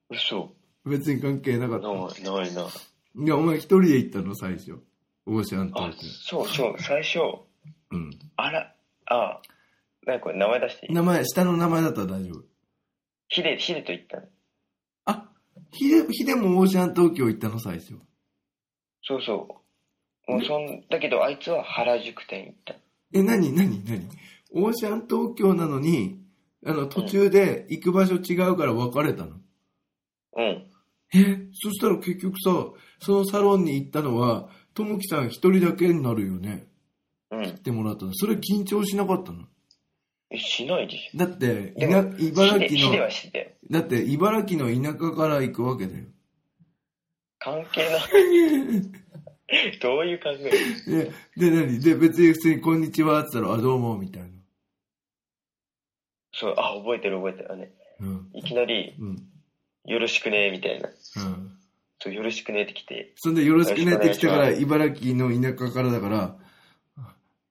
[SPEAKER 2] 嘘。
[SPEAKER 3] 別に関係なかった。
[SPEAKER 2] ない、ないな。
[SPEAKER 3] いや、お前一人で行ったの最初。オーシャント
[SPEAKER 2] あ
[SPEAKER 3] ーク、。
[SPEAKER 2] そうそう、最初、
[SPEAKER 3] うん。
[SPEAKER 2] あら、あ、なんかこれ名前出していい
[SPEAKER 3] 名前、下の名前だったら大丈夫。
[SPEAKER 2] ヒデ、ヒデと言ったの。
[SPEAKER 3] あ、ヒデ、ヒデもオーシャン東京行ったの最初。
[SPEAKER 2] そうそう。もうそん、だけどあいつは原宿店行った。
[SPEAKER 3] え、なになになにオーシャン東京なのに、あの、途中で行く場所違うから別れたの。
[SPEAKER 2] うん。
[SPEAKER 3] え、そしたら結局さ、そのサロンに行ったのは、ともきさん一人だけになるよね。
[SPEAKER 2] うん。
[SPEAKER 3] ってもらったの。それ緊張しなかったの。
[SPEAKER 2] えしないでし
[SPEAKER 3] だって、い
[SPEAKER 2] で
[SPEAKER 3] な
[SPEAKER 2] もょ。
[SPEAKER 3] 茨
[SPEAKER 2] ヒデ、ヒ
[SPEAKER 3] 城
[SPEAKER 2] デ
[SPEAKER 3] の
[SPEAKER 2] は、ヒデ。
[SPEAKER 3] だって茨城の田舎から行くわけだよ。
[SPEAKER 2] 関係ない。 どういう考え
[SPEAKER 3] で、で、何で、別に普通にこんにちはって言ったら、あ、どうも、みたいな。
[SPEAKER 2] そう、あ、覚えてる覚えてる。あのね、
[SPEAKER 3] うん。
[SPEAKER 2] いきなり、
[SPEAKER 3] うん。
[SPEAKER 2] よろしくね、みたいな。
[SPEAKER 3] うん。
[SPEAKER 2] そう、よろしくねって来て、
[SPEAKER 3] そんで、よろしくねって来たから、
[SPEAKER 2] よ
[SPEAKER 3] 茨城の田舎からだから、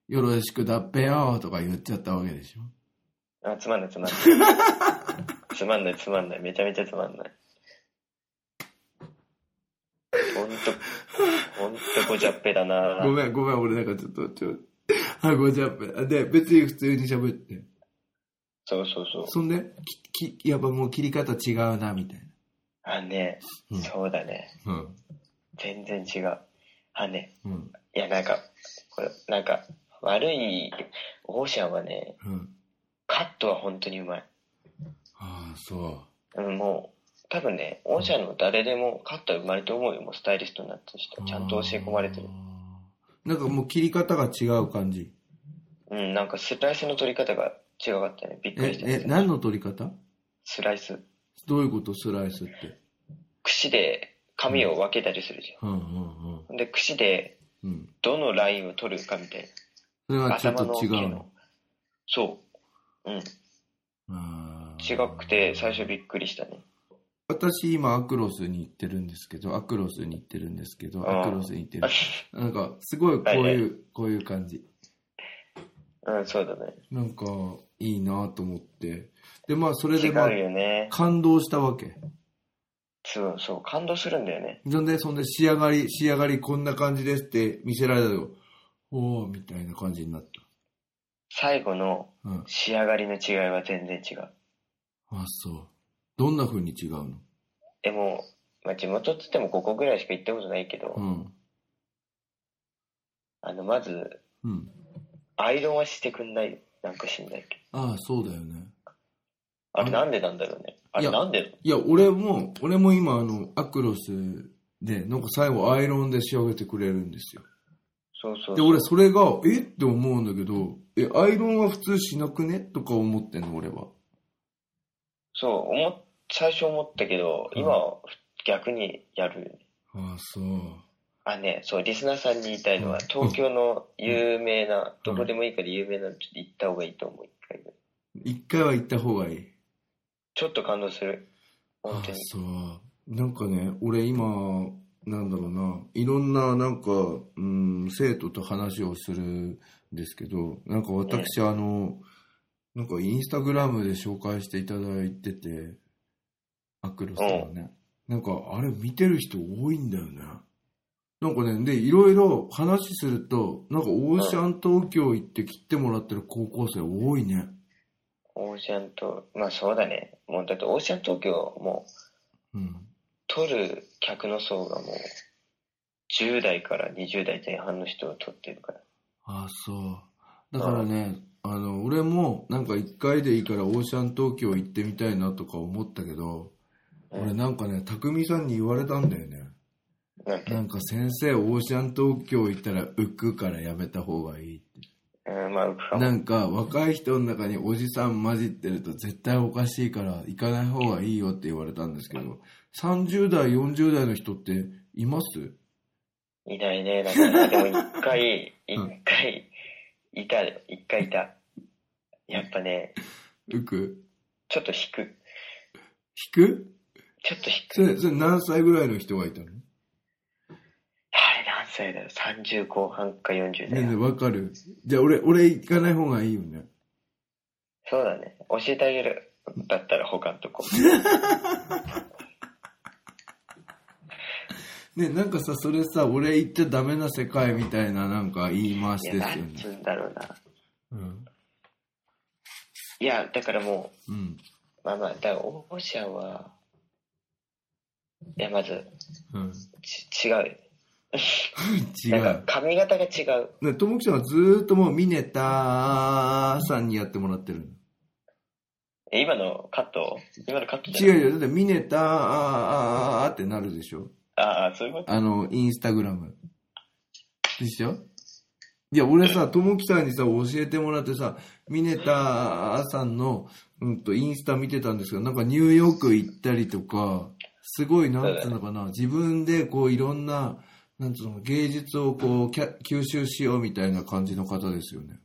[SPEAKER 3] よろしくだっぺよとか言っちゃったわけでしょ。
[SPEAKER 2] あ、つまんない、つまんない。 つまんない、つまんない。めちゃめちゃつまんない。ほんと、ほんとごちゃっぺだな
[SPEAKER 3] ごめん、ごめん、俺なんかちょっと、ちょ、 あ、ごちゃっぺ。あで、別に普通に喋って。
[SPEAKER 2] そうそうそう。
[SPEAKER 3] そんで、き、き、やっぱもう切り方違うな、みたい
[SPEAKER 2] あのね、
[SPEAKER 3] うん
[SPEAKER 2] そうだね。
[SPEAKER 3] な。
[SPEAKER 2] 全然違う。あのね、
[SPEAKER 3] うん。うん。
[SPEAKER 2] いやなんか、これ、なんか、悪い、オーシャンはね、
[SPEAKER 3] うん。
[SPEAKER 2] カットは本当にうまい。
[SPEAKER 3] ああ、そ
[SPEAKER 2] うん、もう、多分ね、オーシャンの誰でもカットはうまいと思うよ。もうスタイリストになってる人
[SPEAKER 3] う。
[SPEAKER 2] ちゃんと教え込まれてる。
[SPEAKER 3] あー。なんかもう切り方が違う感じ。
[SPEAKER 2] うん、なんかスライスの取り方が違かったね。びっくり
[SPEAKER 3] え
[SPEAKER 2] し、た
[SPEAKER 3] え、何の取り方
[SPEAKER 2] スライス。
[SPEAKER 3] どういうことスライスって。
[SPEAKER 2] 櫛で髪を分けたりするじ
[SPEAKER 3] うんうん
[SPEAKER 2] ゃん。で、櫛で
[SPEAKER 3] うん。うん。
[SPEAKER 2] どのラインを取るかみたいな。
[SPEAKER 3] それはちょっ
[SPEAKER 2] 頭の
[SPEAKER 3] と違
[SPEAKER 2] 毛
[SPEAKER 3] うの
[SPEAKER 2] の。。そう。うん。違くて、最初びっくりしたね。
[SPEAKER 3] 私今アクロスに行ってるんですけどアクロスに行ってるんですけど
[SPEAKER 2] あー
[SPEAKER 3] アクロスに行ってるなんかすごいこういう、
[SPEAKER 2] はいは
[SPEAKER 3] こういう感じ
[SPEAKER 2] うん、そうだね。
[SPEAKER 3] なんかいいなと思ってでまあそれ
[SPEAKER 2] 違
[SPEAKER 3] で
[SPEAKER 2] う
[SPEAKER 3] まあ
[SPEAKER 2] よね。
[SPEAKER 3] 感動したわけ
[SPEAKER 2] そう、そう、感動するんだよね。
[SPEAKER 3] そんでそんで仕上がり仕上がりこんな感じですって見せられたよおおみたいな感じになっ
[SPEAKER 2] 最後の
[SPEAKER 3] たうん
[SPEAKER 2] 仕上がりの違いは全然違う。
[SPEAKER 3] あそうどんな風に違うの
[SPEAKER 2] でも、まあ、地元っつっても5個ぐらいしか行ったことないけど、
[SPEAKER 3] うん
[SPEAKER 2] あの、まず、
[SPEAKER 3] うん
[SPEAKER 2] アイロンはしてくんない。なんかしんないけど。
[SPEAKER 3] ああそうだよね
[SPEAKER 2] あれ
[SPEAKER 3] あ
[SPEAKER 2] なんでなんだろうね。あ
[SPEAKER 3] い
[SPEAKER 2] れ
[SPEAKER 3] や
[SPEAKER 2] なんでだ
[SPEAKER 3] いや、俺も、俺も今、あの、アクロスで、なんか最後アイロンで仕上げてくれるんですよ。
[SPEAKER 2] そうそうそう。
[SPEAKER 3] で、俺それが、えって思うんだけど、え、アイロンは普通しなくねとか思ってんの、俺は。
[SPEAKER 2] そう、思っ最初思ったけど、
[SPEAKER 3] うん
[SPEAKER 2] 今は逆にやるよね。
[SPEAKER 3] ああ、そう。
[SPEAKER 2] あ、ね、そう、リスナーさんに言いたいのは、
[SPEAKER 3] うん
[SPEAKER 2] 東京の有名な、
[SPEAKER 3] う
[SPEAKER 2] ど
[SPEAKER 3] ん
[SPEAKER 2] こでもいいから有名なのちょっと行った方がいいと思う、一回ぐらい
[SPEAKER 3] 一回は行った方がいい。
[SPEAKER 2] ちょっと感動する。
[SPEAKER 3] あ
[SPEAKER 2] 本当
[SPEAKER 3] あ、
[SPEAKER 2] に。
[SPEAKER 3] そう。なんかね、俺今、なんだろうな、いろんな、なんか、うん、生徒と話をするんですけど、なんか私、あの、なんかインスタグラムで紹介していただいてて、アクロスのね、なんかあれ見てる人多いんだよね。なんかね、で、いろいろ話すると、なんかオーシャン東京行って切ってもらってる高校生多いね。
[SPEAKER 2] オーシャンと、まあそうだね。もうだってオーシャン東京、もう、
[SPEAKER 3] うん。
[SPEAKER 2] 取る客の層がもう、10代から20代前半の人を取ってるから。
[SPEAKER 3] ああそうだからね、あの俺もなんか1回でいいからオーシャン東京行ってみたいなとか思ったけど、
[SPEAKER 2] うん
[SPEAKER 3] 俺なんかね匠さんに言われたんだよね
[SPEAKER 2] なんか、
[SPEAKER 3] なんか先生オーシャン東京行ったら浮くからやめた方がいいって
[SPEAKER 2] うん、うん、まあ、浮くかも。
[SPEAKER 3] なんか若い人の中におじさん混じってると絶対おかしいから行かない方がいいよって言われたんですけど、30代、40代の人っています
[SPEAKER 2] いないね。だから、でも一回、
[SPEAKER 3] う
[SPEAKER 2] 一
[SPEAKER 3] ん
[SPEAKER 2] 回、いたよ。一回いた。やっぱね、
[SPEAKER 3] うく
[SPEAKER 2] ちょっと引く。
[SPEAKER 3] 引く
[SPEAKER 2] ちょっと引く。
[SPEAKER 3] それ、それ何歳ぐらいの人がいたの
[SPEAKER 2] あれ何歳だろう ?30 後半か40
[SPEAKER 3] ね
[SPEAKER 2] 代
[SPEAKER 3] えねえ、わかるじゃあ俺、俺行かない方がいいよね。
[SPEAKER 2] そうだね。教えてあげる。だったら他の とこ。
[SPEAKER 3] ねえなんかさ、それさ、俺行っちゃダメな世界みたいななんか言い回し
[SPEAKER 2] いや、
[SPEAKER 3] ですよ
[SPEAKER 2] なん
[SPEAKER 3] ね
[SPEAKER 2] つ。うんだろうな。
[SPEAKER 3] うん。
[SPEAKER 2] いや、だからも
[SPEAKER 3] うん。
[SPEAKER 2] う、まあまあ、だから、応募者は、いや、まず、
[SPEAKER 3] うん。
[SPEAKER 2] ち違うよ。
[SPEAKER 3] 違
[SPEAKER 2] なん
[SPEAKER 3] う
[SPEAKER 2] か。髪型が違う。
[SPEAKER 3] ね、ともきさんはずーっともうミネタさんにやってもらってる。
[SPEAKER 2] え今のカット今のカットじゃ
[SPEAKER 3] 違
[SPEAKER 2] ないう
[SPEAKER 3] よ。だってミネターってなるでしょ
[SPEAKER 2] ああ、そういうこと
[SPEAKER 3] あの、インスタグラム。でしょいや、俺さ、ともきさんにさ、教えてもらってさ、ミネタさんの、うんと、インスタ見てたんですけど、なんかニューヨーク行ったりとか、すごい、なんていうのかな、自分でこう、いろんな、なんつうの、芸術をこう、キャ吸収しようみたいな感じの方ですよね。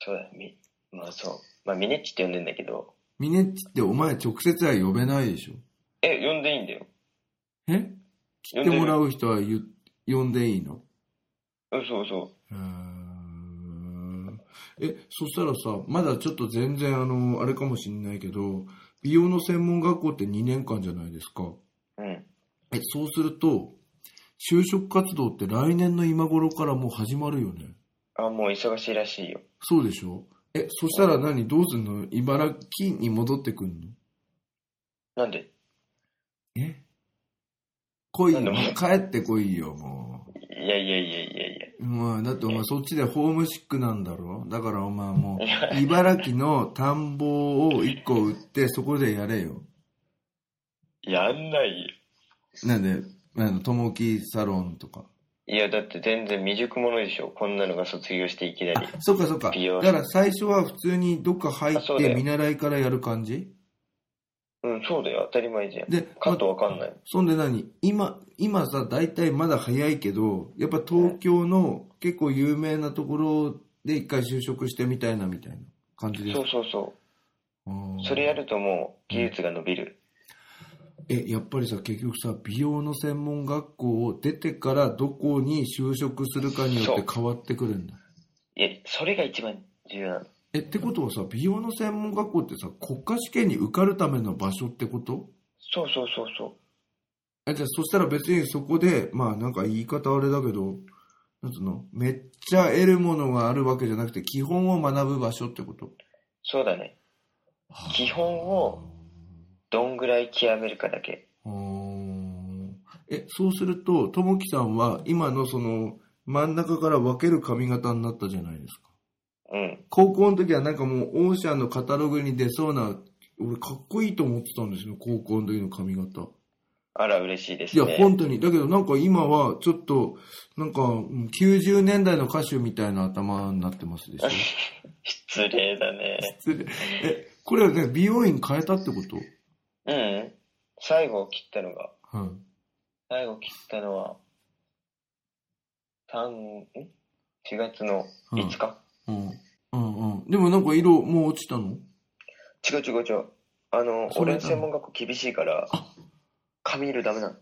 [SPEAKER 2] そうだ、み、まあそう。まあミネッチって呼んでんだけど、
[SPEAKER 3] ミネッチってお前直接は呼べないでしょ
[SPEAKER 2] え、呼んでいいんだよ。
[SPEAKER 3] え
[SPEAKER 2] 呼
[SPEAKER 3] 来
[SPEAKER 2] ん
[SPEAKER 3] て
[SPEAKER 2] で
[SPEAKER 3] もら
[SPEAKER 2] う。
[SPEAKER 3] う人はゆ呼んでいいの
[SPEAKER 2] うん、そうそう
[SPEAKER 3] ーんえ、そしたらさ、まだちょっと全然あの、あれかもしんないけど、美容の専門学校って2年間じゃないですか。
[SPEAKER 2] う。うん。
[SPEAKER 3] え、そうすると、就職活動って来年の今頃からもう始まるよね。
[SPEAKER 2] あ、もう忙しいらしいよ。
[SPEAKER 3] そうでしょえ、そしたら何どうすんの茨城に戻ってくんの
[SPEAKER 2] なんで
[SPEAKER 3] え来い
[SPEAKER 2] なんで
[SPEAKER 3] よ
[SPEAKER 2] も。
[SPEAKER 3] 帰ってこいよ、もう。
[SPEAKER 2] いやいやいやいやいや。
[SPEAKER 3] まあ、だってお前そっちでホームシックなんだろだからお前も
[SPEAKER 2] いや
[SPEAKER 3] う、茨城の田んぼを一個売ってそこでやれよ。
[SPEAKER 2] や んないよ。
[SPEAKER 3] なんで、あの、ともきサロンとか。
[SPEAKER 2] いや、だって全然未熟者でしょ。こんなのが卒業していきなり。
[SPEAKER 3] そっかそっか。
[SPEAKER 2] 美容
[SPEAKER 3] だから最初は普通にどっか入っ
[SPEAKER 2] あそうだ
[SPEAKER 3] て
[SPEAKER 2] よ
[SPEAKER 3] 見習いからやる感じ
[SPEAKER 2] うん、そうだよ。当たり前じゃん。
[SPEAKER 3] で、
[SPEAKER 2] カット
[SPEAKER 3] ま
[SPEAKER 2] わかんない。
[SPEAKER 3] そんで何今、今さ、大体まだ早いけど、やっぱ東京の結構有名なところで一回就職してみたいなみたいな感じです
[SPEAKER 2] そうそうそ
[SPEAKER 3] あ
[SPEAKER 2] う。
[SPEAKER 3] ー
[SPEAKER 2] それやるともう技術が伸びる。
[SPEAKER 3] え、やっぱりさ、結局さ、美容の専門学校を出てからどこに就職するかによって変わってくるんだ。
[SPEAKER 2] いや、それが一番重要なの。
[SPEAKER 3] え、ってことはさ、美容の専門学校ってさ、国家試験に受かるための場所ってこと
[SPEAKER 2] そうそうそうそう。
[SPEAKER 3] え、じゃあそしたら別にそこで、まあなんか言い方あれだけど、なんつうの、めっちゃ得るものがあるわけじゃなくて、基本を学ぶ場所ってこと
[SPEAKER 2] そうだね。基本をどんぐらい極めるかだけ。
[SPEAKER 3] うーんえ、そうすると、ともきさんは今のその、真ん中から分ける髪型になったじゃないですか。
[SPEAKER 2] うん。
[SPEAKER 3] 高校の時はなんかもうオーシャンのカタログに出そうな、俺かっこいいと思ってたんですよ、高校の時の髪型。
[SPEAKER 2] あら、嬉しいで
[SPEAKER 3] い
[SPEAKER 2] す
[SPEAKER 3] や、
[SPEAKER 2] ね。
[SPEAKER 3] 本当に。だけどなんか今はちょっと、なんかうん90年代の歌手みたいな頭になってますでしょ。
[SPEAKER 2] 失礼だね。
[SPEAKER 3] それでえ、これはね、美容院変えたってこと
[SPEAKER 2] うん。最後切ったのが、
[SPEAKER 3] はい。
[SPEAKER 2] 最後切ったのは、3、ん ?4 月の5日、
[SPEAKER 3] うん。うんうん。でもなんか色もう落ちたの
[SPEAKER 2] 違う違う違う。あの、
[SPEAKER 3] そう
[SPEAKER 2] 俺
[SPEAKER 3] なん
[SPEAKER 2] の
[SPEAKER 3] だ
[SPEAKER 2] 専門学校厳しいから、髪色ダメなの。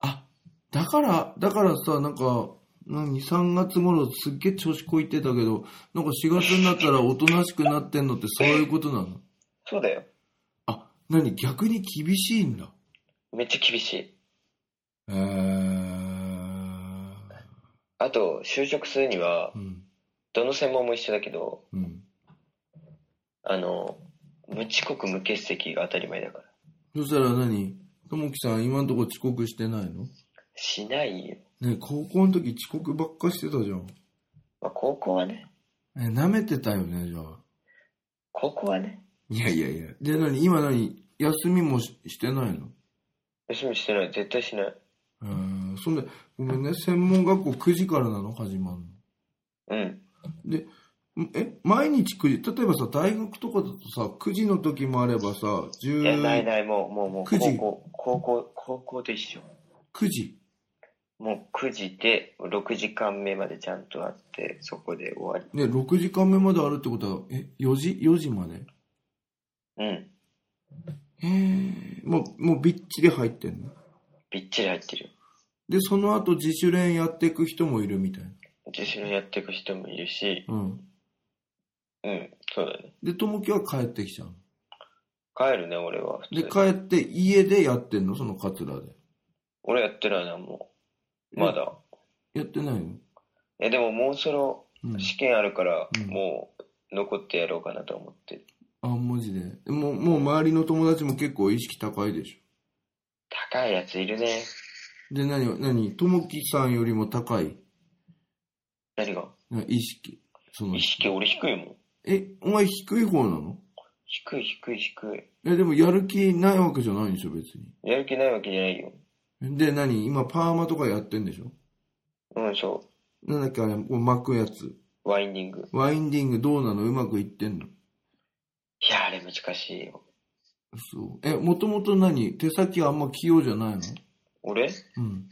[SPEAKER 3] あ、だから、だからさ、なんか、何、3月頃すっげえ調子こいてたけど、なんか4月になったらおとなしくなってんのってそういうことなの
[SPEAKER 2] そうだよ。
[SPEAKER 3] あ、何逆に厳しいんだ。
[SPEAKER 2] めっちゃ厳しい。
[SPEAKER 3] えー。
[SPEAKER 2] あと、就職するには
[SPEAKER 3] う、ん。
[SPEAKER 2] どの専門も一緒だけど、
[SPEAKER 3] うん。
[SPEAKER 2] あの、無遅刻無欠席が当たり前だから。
[SPEAKER 3] そしたら何ともきさん、今んとこ遅刻してないの
[SPEAKER 2] しないよ。
[SPEAKER 3] ねえ高校の時遅刻ばっかしてたじゃん。
[SPEAKER 2] まあ、高校はね。
[SPEAKER 3] え、舐めてたよね、じゃあ。
[SPEAKER 2] 高校はね。
[SPEAKER 3] いやいやいや。で、何今何休みもししてないの
[SPEAKER 2] 休みしてない。絶対しない。
[SPEAKER 3] えー、そんで、ごめんね、専門学校9時からなの始まるの。
[SPEAKER 2] うん。
[SPEAKER 3] で、んえ、毎日9時、例えばさ、大学とかだとさ、9時の時もあればさ、
[SPEAKER 2] いや、ない
[SPEAKER 3] 10、
[SPEAKER 2] ない、もう、もう、もう、
[SPEAKER 3] 9時
[SPEAKER 2] 高校、高校、高校と一緒。
[SPEAKER 3] 9時。
[SPEAKER 2] もう9時で、6時間目までちゃんとあって、そこで終わり。
[SPEAKER 3] ね、6時間目まであるってことは、え、4時 ?4 時まで
[SPEAKER 2] うん。
[SPEAKER 3] へえ、もう、もうびっちり入ってんの。
[SPEAKER 2] びっちり入ってるよ。
[SPEAKER 3] で、その後自主練やっていく人もいるみたいな。
[SPEAKER 2] 自主練やっていく人もいるし、
[SPEAKER 3] うん。
[SPEAKER 2] うん、そうだね。
[SPEAKER 3] で、ともきは帰ってきちゃうの。
[SPEAKER 2] 帰るね、俺は。普
[SPEAKER 3] で、
[SPEAKER 2] 通に
[SPEAKER 3] 帰って家でやってんのそのカツラで。
[SPEAKER 2] 俺やってないな、もう。まだ。
[SPEAKER 3] やってないの
[SPEAKER 2] え、でももうそろ
[SPEAKER 3] うん。
[SPEAKER 2] 試験あるから
[SPEAKER 3] うん、
[SPEAKER 2] もう残ってやろうかなと思ってる。
[SPEAKER 3] あ、マジで。もう、もう周りの友達も結構意識高いでし
[SPEAKER 2] 高いやついるね。
[SPEAKER 3] ょ。で、何、何、ともきさんよりも高い
[SPEAKER 2] 何が
[SPEAKER 3] な意識。その
[SPEAKER 2] 意識俺低いもん。
[SPEAKER 3] え、お前低い方なの
[SPEAKER 2] 低い低い低い。
[SPEAKER 3] え、でもやる気ないわけじゃないんでしょ、別に。
[SPEAKER 2] やる気ないわけじゃないよ。
[SPEAKER 3] で、何今パーマとかやってんでしょ
[SPEAKER 2] うん、そ
[SPEAKER 3] なんだっけあれ、こう巻くやつ。
[SPEAKER 2] う。ワインディング。
[SPEAKER 3] ワインディングどうなのうまくいってんの
[SPEAKER 2] いや、あれ難しいよ。
[SPEAKER 3] そう。え、もともと何手先あんま器用じゃないの
[SPEAKER 2] 俺
[SPEAKER 3] うん。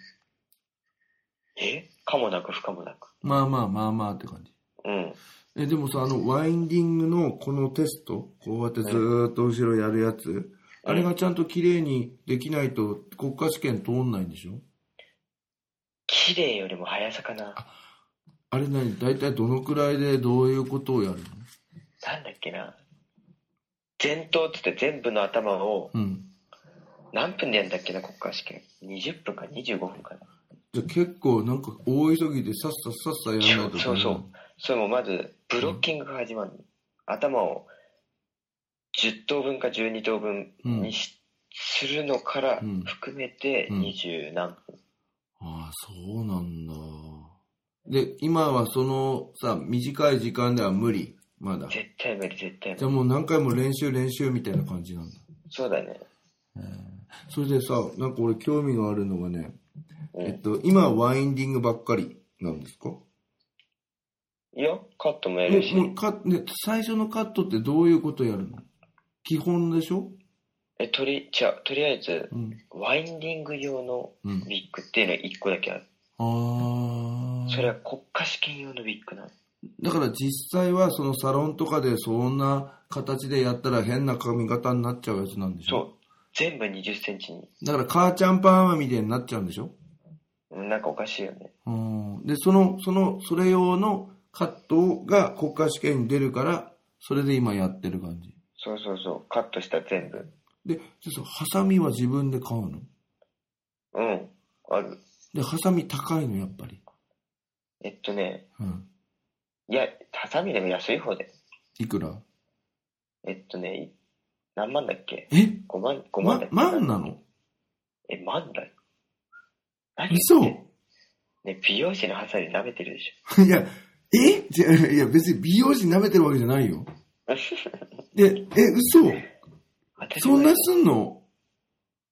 [SPEAKER 2] えかもなく不可もなく。
[SPEAKER 3] まあまあまあまあって感じ。
[SPEAKER 2] うん。
[SPEAKER 3] え、でもさ、あの、ワインディングのこのテスト、こうやってずーっと後ろやるやつ、あれがちゃんと綺麗にできないと国家試験通んないんでしょ
[SPEAKER 2] 綺麗よりも速さかな。
[SPEAKER 3] あれ何大体どのくらいでどういうことをやるの
[SPEAKER 2] なんだっけな。全頭って言って全部の頭を
[SPEAKER 3] うん。
[SPEAKER 2] 何分でやるんだっけな、国家試験。20分か25分かな。
[SPEAKER 3] じゃあ結構なんか大急ぎでさっさっさっさやらないとダメなの
[SPEAKER 2] そうそう。それもまず、ブロッキングが始まるの。頭を10等分か12等分にし、するのから
[SPEAKER 3] うん
[SPEAKER 2] 含めて
[SPEAKER 3] うん
[SPEAKER 2] 20何分。
[SPEAKER 3] ああ、そうなんだ。で、今はそのさ、短い時間では無理。まだ。
[SPEAKER 2] 絶対無理、絶対無
[SPEAKER 3] じゃあ
[SPEAKER 2] 理。
[SPEAKER 3] もう何回も練習練習みたいな感じなんだ。
[SPEAKER 2] そうだね。
[SPEAKER 3] それでさ、なんか俺興味があるのがね、
[SPEAKER 2] うん
[SPEAKER 3] えっと、今はワインディングばっかりなんですかも
[SPEAKER 2] いいよ、カットもやるし
[SPEAKER 3] う、。もうか、ね、最初のカットってどういうことやるの基本でしょ
[SPEAKER 2] え、とり、じゃあとりあえず、
[SPEAKER 3] うん。
[SPEAKER 2] ワインディング用の
[SPEAKER 3] うん。
[SPEAKER 2] ビッグっていうのは1個だけある。
[SPEAKER 3] ああ。
[SPEAKER 2] それは国家試験用のビッグなの。
[SPEAKER 3] だから実際はそのサロンとかでそんな形でやったら変な髪型になっちゃうやつなんでし
[SPEAKER 2] そう
[SPEAKER 3] ょ。
[SPEAKER 2] 全部20センチに。
[SPEAKER 3] だから母ちゃんパーマみたいになっちゃうんでしょ
[SPEAKER 2] うんなんかおかしいよね。
[SPEAKER 3] うん。で、その、その、それ用のカットが国家試験に出るから、それで今やってる感じ。
[SPEAKER 2] そうそうそう。カットした全部。
[SPEAKER 3] で、でそうハサミは自分で買うの
[SPEAKER 2] うん。ある。
[SPEAKER 3] で、ハサミ高いの、やっぱり。
[SPEAKER 2] えっとね、
[SPEAKER 3] うん。
[SPEAKER 2] いや、ハサミでも安い方で。
[SPEAKER 3] いくら
[SPEAKER 2] えっとね、い何万だっけ
[SPEAKER 3] え
[SPEAKER 2] ?5 万、5万
[SPEAKER 3] ま
[SPEAKER 2] だっ、け、
[SPEAKER 3] 万なの
[SPEAKER 2] え、万だよ。何
[SPEAKER 3] 嘘
[SPEAKER 2] ねね、美容師のハサミ舐めてるでし
[SPEAKER 3] いや、えじゃいや、別に美容師舐めてるわけじゃないよ。
[SPEAKER 2] ょ。
[SPEAKER 3] で、え、嘘そんなすんの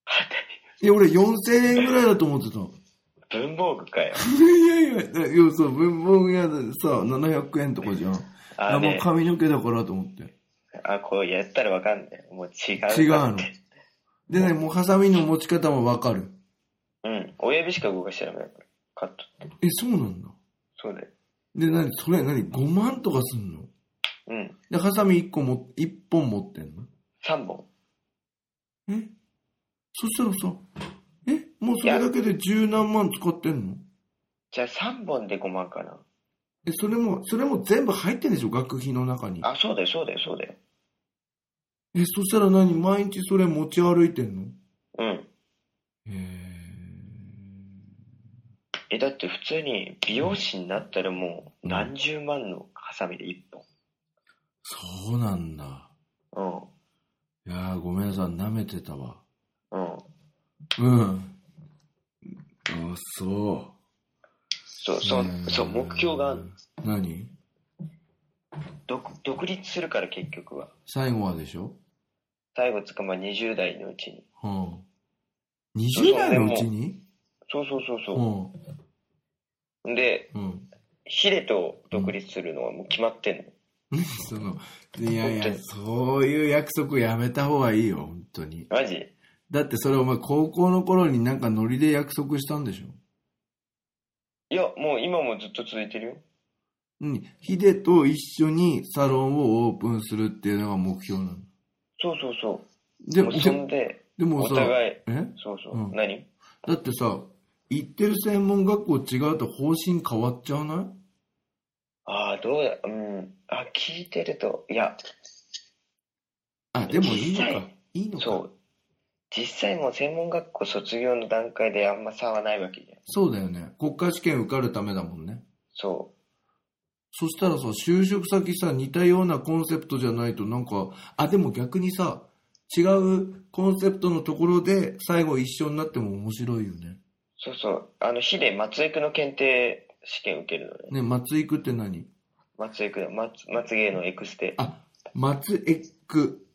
[SPEAKER 2] 当た
[SPEAKER 3] いや、俺4000円ぐらいだと思ってた。
[SPEAKER 2] り前文房具かよ。
[SPEAKER 3] いやいや、だいやそう、文房具屋でさ、700円とかじゃん。
[SPEAKER 2] あー
[SPEAKER 3] あ、もう
[SPEAKER 2] ね、
[SPEAKER 3] 髪の毛だからと思って。
[SPEAKER 2] あ、こうやったらわかんない。もう違うなって。
[SPEAKER 3] 違うのでね、もうハサミの持ち方もわかる。
[SPEAKER 2] うん。親指しか動かしちゃダメだから。カットって。
[SPEAKER 3] え、そうなんだ。
[SPEAKER 2] そうだよ。
[SPEAKER 3] で、なに、それ、なに、5万とかすんの
[SPEAKER 2] うん。
[SPEAKER 3] で、ハサミ1個も、1本持ってんの
[SPEAKER 2] 3本。
[SPEAKER 3] えそしたらさ、えもうそれだけで十何万使ってんの
[SPEAKER 2] じゃあ3本で5万かな。
[SPEAKER 3] え、それも、それも全部入ってんでしょ学費の中に。
[SPEAKER 2] あ、そうだよ、そうだよ、そうだよ。
[SPEAKER 3] え、そしたら何毎日それ持ち歩いてんの
[SPEAKER 2] うん。
[SPEAKER 3] へ
[SPEAKER 2] え、だって普通に美容師になったらもう何十万のハサミで1
[SPEAKER 3] そうなんだ。
[SPEAKER 2] 本。
[SPEAKER 3] いやーごめんなさい、舐めてたわ。
[SPEAKER 2] うん。うん。
[SPEAKER 3] うん。あ、そ
[SPEAKER 2] そう、
[SPEAKER 3] う。
[SPEAKER 2] そう
[SPEAKER 3] へー、
[SPEAKER 2] そう、目標がある、
[SPEAKER 3] 何
[SPEAKER 2] 独独立するから結局は。
[SPEAKER 3] 最後はでしょ
[SPEAKER 2] 最後つかまあ20代のうちに。
[SPEAKER 3] うん。20代のうちに
[SPEAKER 2] そうそうそう
[SPEAKER 3] う
[SPEAKER 2] そ
[SPEAKER 3] ん。
[SPEAKER 2] う。で、
[SPEAKER 3] うん。
[SPEAKER 2] ヒデと独立するのはもう決まってんの、
[SPEAKER 3] その、いやい
[SPEAKER 2] 本当
[SPEAKER 3] や
[SPEAKER 2] に、
[SPEAKER 3] そういう約束やめた方がいいよ、本当に。
[SPEAKER 2] マジ
[SPEAKER 3] だってそれお前高校の頃になんかノリで約束したんでしょ
[SPEAKER 2] いや、もう今もずっと続いてるよ。
[SPEAKER 3] うん。ヒデと一緒にサロンをオープンするっていうのが目標なの。
[SPEAKER 2] そうそうそ
[SPEAKER 3] で
[SPEAKER 2] う。もうそん
[SPEAKER 3] で
[SPEAKER 2] で、
[SPEAKER 3] でも
[SPEAKER 2] お
[SPEAKER 3] さ、
[SPEAKER 2] 互い、
[SPEAKER 3] え
[SPEAKER 2] そうそう。
[SPEAKER 3] うん
[SPEAKER 2] 何
[SPEAKER 3] だってさ、行ってる専門学校違うと方針変わっちゃわない
[SPEAKER 2] ああ、どうだ、うん。あ、聞いてると、いや、
[SPEAKER 3] あ、でもいいの
[SPEAKER 2] 実
[SPEAKER 3] か
[SPEAKER 2] 際。
[SPEAKER 3] いいのか。
[SPEAKER 2] そう。実際もう専門学校卒業の段階であんま差はないわけじゃん。
[SPEAKER 3] そうだよね。国家試験受かるためだもんね。
[SPEAKER 2] そ
[SPEAKER 3] そしたらさ、就職先さ、似たようなコンセプトじゃないとなんか、あ、でも逆にさ、違うコンセプトのところで最後一緒になっても面白いよね。
[SPEAKER 2] う。そうそう。あの、ヒデ、松江区の検定試験受けるのね。
[SPEAKER 3] ね、松井区って何
[SPEAKER 2] 松江区の、松、松江のエクステ。
[SPEAKER 3] あ、松江区。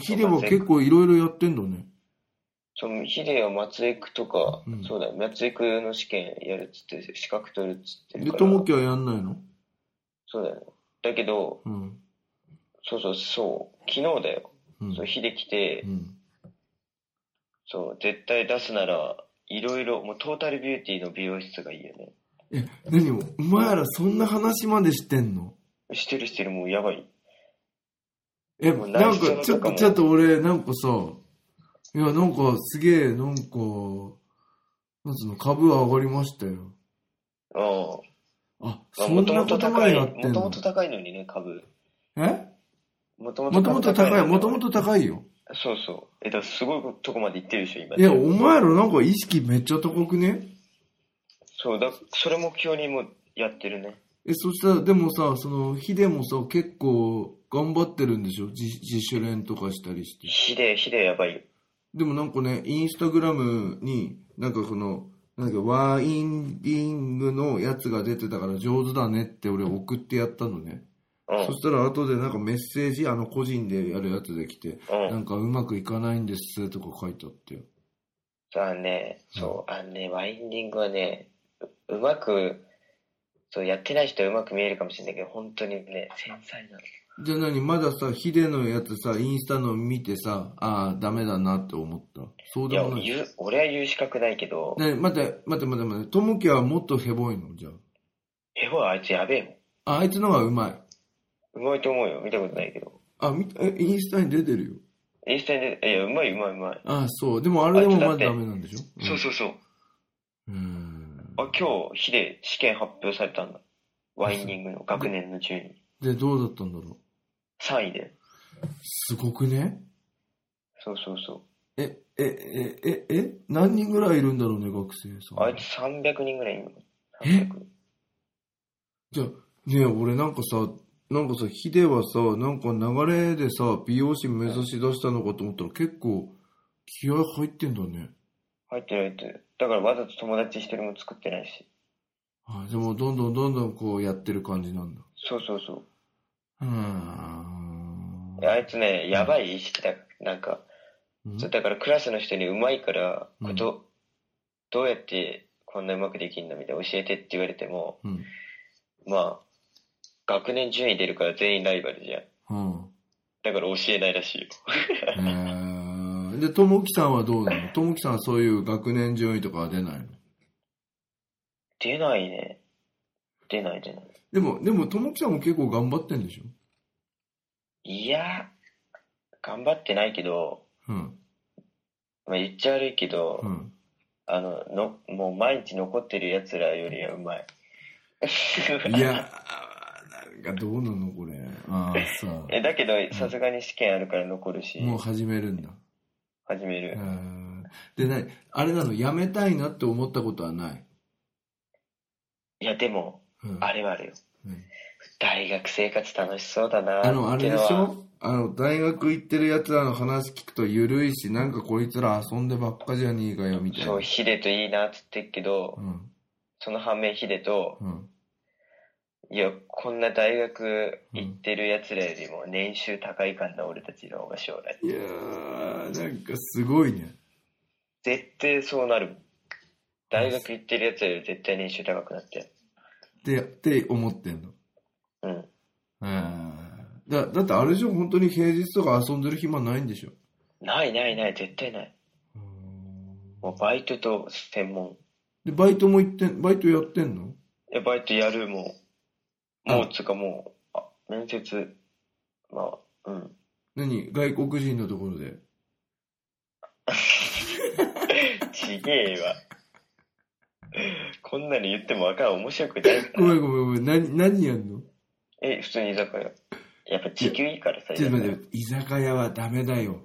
[SPEAKER 3] ヒデは結構いろいろやってんだね。
[SPEAKER 2] そのヒデは松江区とか、
[SPEAKER 3] うん
[SPEAKER 2] そうだよ、松江区の試験やるっつって、資格取るっつってる
[SPEAKER 3] で、
[SPEAKER 2] から。
[SPEAKER 3] ともきはやんないの
[SPEAKER 2] そうだよ、ね。だけど、
[SPEAKER 3] うん。
[SPEAKER 2] そうそうそう、昨日だよ。
[SPEAKER 3] うん
[SPEAKER 2] そう、。ヒデ来て、
[SPEAKER 3] うん。
[SPEAKER 2] そう、絶対出すなら、いろいろ、もうトータルビューティーの美容室がいいよね。
[SPEAKER 3] え、何も、お前らそんな話までしてんの
[SPEAKER 2] してるしてる、もうやばい。
[SPEAKER 3] え、
[SPEAKER 2] もう
[SPEAKER 3] なん
[SPEAKER 2] 内緒
[SPEAKER 3] か、
[SPEAKER 2] の
[SPEAKER 3] ちょっ
[SPEAKER 2] とか
[SPEAKER 3] と、
[SPEAKER 2] も
[SPEAKER 3] ちょっと俺、なんかさ、いや、なんか、すげえ、なんか、なんつうの、株は上がりましたよ。
[SPEAKER 2] うん。
[SPEAKER 3] あ、
[SPEAKER 2] まあ、
[SPEAKER 3] そん
[SPEAKER 2] もと
[SPEAKER 3] な
[SPEAKER 2] も
[SPEAKER 3] こととま
[SPEAKER 2] 高い、
[SPEAKER 3] でやってん
[SPEAKER 2] もとも
[SPEAKER 3] の
[SPEAKER 2] と高いのにね、株。
[SPEAKER 3] え
[SPEAKER 2] もとも
[SPEAKER 3] もともと高い、
[SPEAKER 2] のに
[SPEAKER 3] もともと高いよ。
[SPEAKER 2] そうそう。え、だからすごいとこまで行ってるでしょ、今。
[SPEAKER 3] いや、お前らなんか意識めっちゃ高くね
[SPEAKER 2] そう、だ、それ目標にもうやってるね。
[SPEAKER 3] え、そしたら、でもさ、その、ヒデもさ、結構、頑張ってるんでしょ自自主練とかしたりして。
[SPEAKER 2] ひでえ、ひでえやばいよ。
[SPEAKER 3] でもなんかね、インスタグラムに、なんかこの、なんかワインディングのやつが出てたから上手だねって俺送ってやったのね。
[SPEAKER 2] うん、
[SPEAKER 3] そしたら後でなんかメッセージ、あの個人でやるやつで来て、
[SPEAKER 2] う。
[SPEAKER 3] なんんかうまくいかないんですとか書いてあって。
[SPEAKER 2] あのね、そう、あのね、ワインディングはね、ううまく、そう、やってない人はうまく見えるかもしれないけど、本当にね、繊細なの。
[SPEAKER 3] じゃあ何まださ、ヒデのやつさ、インスタの見てさ、ああ、ダメだなって思った。そう
[SPEAKER 2] い
[SPEAKER 3] で
[SPEAKER 2] や、
[SPEAKER 3] もない。
[SPEAKER 2] 言う俺は言う資格ないけど、
[SPEAKER 3] ね、待って、待って待って待って。ともきはもっとヘボいのじゃ
[SPEAKER 2] ヘボはあいつやべえ
[SPEAKER 3] あ。あ、あいつの方がうまい。
[SPEAKER 2] もん。うまいと思うよ。見たことないけど。
[SPEAKER 3] あ、み、え、インスタに出てるよ。
[SPEAKER 2] インスタで、いや、うまいうまいうまい。
[SPEAKER 3] あそう。でもあれでもまだ
[SPEAKER 2] だって
[SPEAKER 3] ダメなんでしょ
[SPEAKER 2] そうそうそう。
[SPEAKER 3] うん。うん。
[SPEAKER 2] あ、今日、ヒデ、試験発表されたんだ。ワインディングの学年の中に。
[SPEAKER 3] で、どうだったんだろう
[SPEAKER 2] 3位で。
[SPEAKER 3] すごくね
[SPEAKER 2] そうそうそ
[SPEAKER 3] え、え、え、え、え、何人ぐらいいるんだろうね、学生さ
[SPEAKER 2] う。あい
[SPEAKER 3] ん
[SPEAKER 2] つ。300人ぐらいいるの。
[SPEAKER 3] え
[SPEAKER 2] 300
[SPEAKER 3] じゃあ、ねえ俺なんかさ、なんかさ、ヒデはさ、なんか流れでさ、美容師目指し出したのかと思ったら結構気合入ってんだね。
[SPEAKER 2] 入ってる入ってる。だからわざと友達一人も作ってないし。
[SPEAKER 3] あでもどんどんどんどんこうやってる感じなんだ。
[SPEAKER 2] そうそうそう
[SPEAKER 3] ーん
[SPEAKER 2] う。であいつね、やばい意識だ。なんか、
[SPEAKER 3] うん
[SPEAKER 2] そうだからクラスの人にうまいから、
[SPEAKER 3] うん
[SPEAKER 2] こと、どうやってこんなうまくできるんだみたいな教えてって言われても、
[SPEAKER 3] うん。
[SPEAKER 2] まあ、学年順位出るから全員ライバルじゃん。
[SPEAKER 3] うん。
[SPEAKER 2] だから教えないらしいよ。
[SPEAKER 3] えーで、ともきさんはどうなのともきさんはそういう学年順位とかは出ないの
[SPEAKER 2] 出ないね。出ない出ない。
[SPEAKER 3] でも、でも、ともきさんも結構頑張ってんでしょ
[SPEAKER 2] いや、頑張ってないけど、
[SPEAKER 3] うん。
[SPEAKER 2] まあ、言っちゃ悪いけど、
[SPEAKER 3] うん。
[SPEAKER 2] あのの、もう毎日残ってる奴らよりはうまい。
[SPEAKER 3] いやー、なんかどうなのこれ。ああ、さ
[SPEAKER 2] えだけど、さすがに試験あるから残るし、
[SPEAKER 3] もう始めるんだ。
[SPEAKER 2] 始め
[SPEAKER 3] う
[SPEAKER 2] る。
[SPEAKER 3] んで、なに、あれなの、やめたいなって思ったことはない。
[SPEAKER 2] いや、でも、
[SPEAKER 3] うん
[SPEAKER 2] あれはあるよ。
[SPEAKER 3] うん
[SPEAKER 2] 大学生活楽しそうだな
[SPEAKER 3] あの、あれで
[SPEAKER 2] っ
[SPEAKER 3] して
[SPEAKER 2] のは
[SPEAKER 3] ょあの、大学行ってる奴らの話聞くと緩いし、なんかこいつら遊んでばっかじゃねえかよ、みたいな。
[SPEAKER 2] そう、ヒデといいなっつってっけど、
[SPEAKER 3] うん。
[SPEAKER 2] その反面ヒデと、
[SPEAKER 3] うん。
[SPEAKER 2] いや、こんな大学行ってる奴らよりも年収高いかんな俺たちの方が将来。
[SPEAKER 3] いやー、なんかすごいね。
[SPEAKER 2] 絶対そうなるもん。大学行ってる奴らより絶対年収高くなってる。
[SPEAKER 3] って、って思ってんの。
[SPEAKER 2] うん。
[SPEAKER 3] うんだだってあれでしょ、本当に平日とか遊んでる暇ないんでしょ。
[SPEAKER 2] ないないない、絶対ない。もうバイトと専門。
[SPEAKER 3] で、バイトも行ってん、バイトやってんの
[SPEAKER 2] え、バイトやる、もう。もう、つうかもう、あ、面接、まあ、うん。
[SPEAKER 3] 何外国人のところで。
[SPEAKER 2] ちげえわ。こんなに言ってもわかん、面白くないか
[SPEAKER 3] ごめ
[SPEAKER 2] ら。
[SPEAKER 3] んごめんごめん、何、何やんの
[SPEAKER 2] え、普通に居酒屋。やっぱ時給いいからさ、
[SPEAKER 3] ちょっと待
[SPEAKER 2] 居
[SPEAKER 3] っ
[SPEAKER 2] 酒
[SPEAKER 3] て、居酒屋はダメだよ。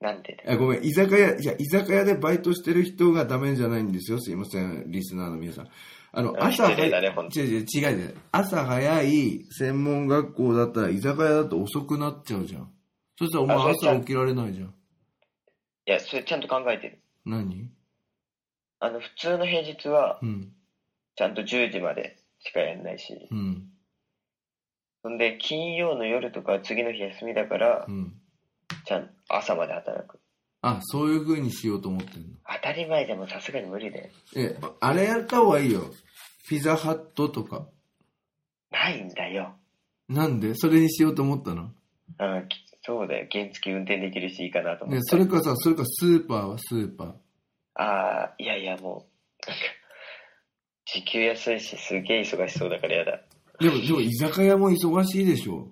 [SPEAKER 2] 屋なんでだよ
[SPEAKER 3] あごめん、居酒屋、いや、居酒屋でバイトしてる人がダメじゃないんですよ。すいません、リスナーの皆さん。あの、朝
[SPEAKER 2] 失礼だね
[SPEAKER 3] 早い、
[SPEAKER 2] ほんと
[SPEAKER 3] 違う違う違う違う。朝早い専門学校だったら居酒屋だと遅くなっちゃうじゃん。そしたらお前
[SPEAKER 2] あそう
[SPEAKER 3] 朝起きられないじゃん。
[SPEAKER 2] いや、それちゃんと考えてる。
[SPEAKER 3] 何
[SPEAKER 2] あの、普通の平日は
[SPEAKER 3] う、ん、
[SPEAKER 2] ちゃんと10時までしかやんないし。
[SPEAKER 3] うん、
[SPEAKER 2] そんで、金曜の夜とか次の日休みだから
[SPEAKER 3] う、ん。
[SPEAKER 2] ちゃん、朝まで働く。
[SPEAKER 3] あ、そういう風にしようと思ってんの。
[SPEAKER 2] 当たり前でもさすがに無理だよ。
[SPEAKER 3] え、あれやった方がいいよ。ピザハットとか。
[SPEAKER 2] ないんだよ。
[SPEAKER 3] なんでそれにしようと思ったの
[SPEAKER 2] うん、きそうだよ。原付運転できるしいいかなと思って。
[SPEAKER 3] ね、それかさ、それかスーパーはスーパー。
[SPEAKER 2] ああ、いやいやもう、なんか、時給安いしすげえ忙しそうだからやだ。
[SPEAKER 3] でも、でも居酒屋も忙しいでしょ。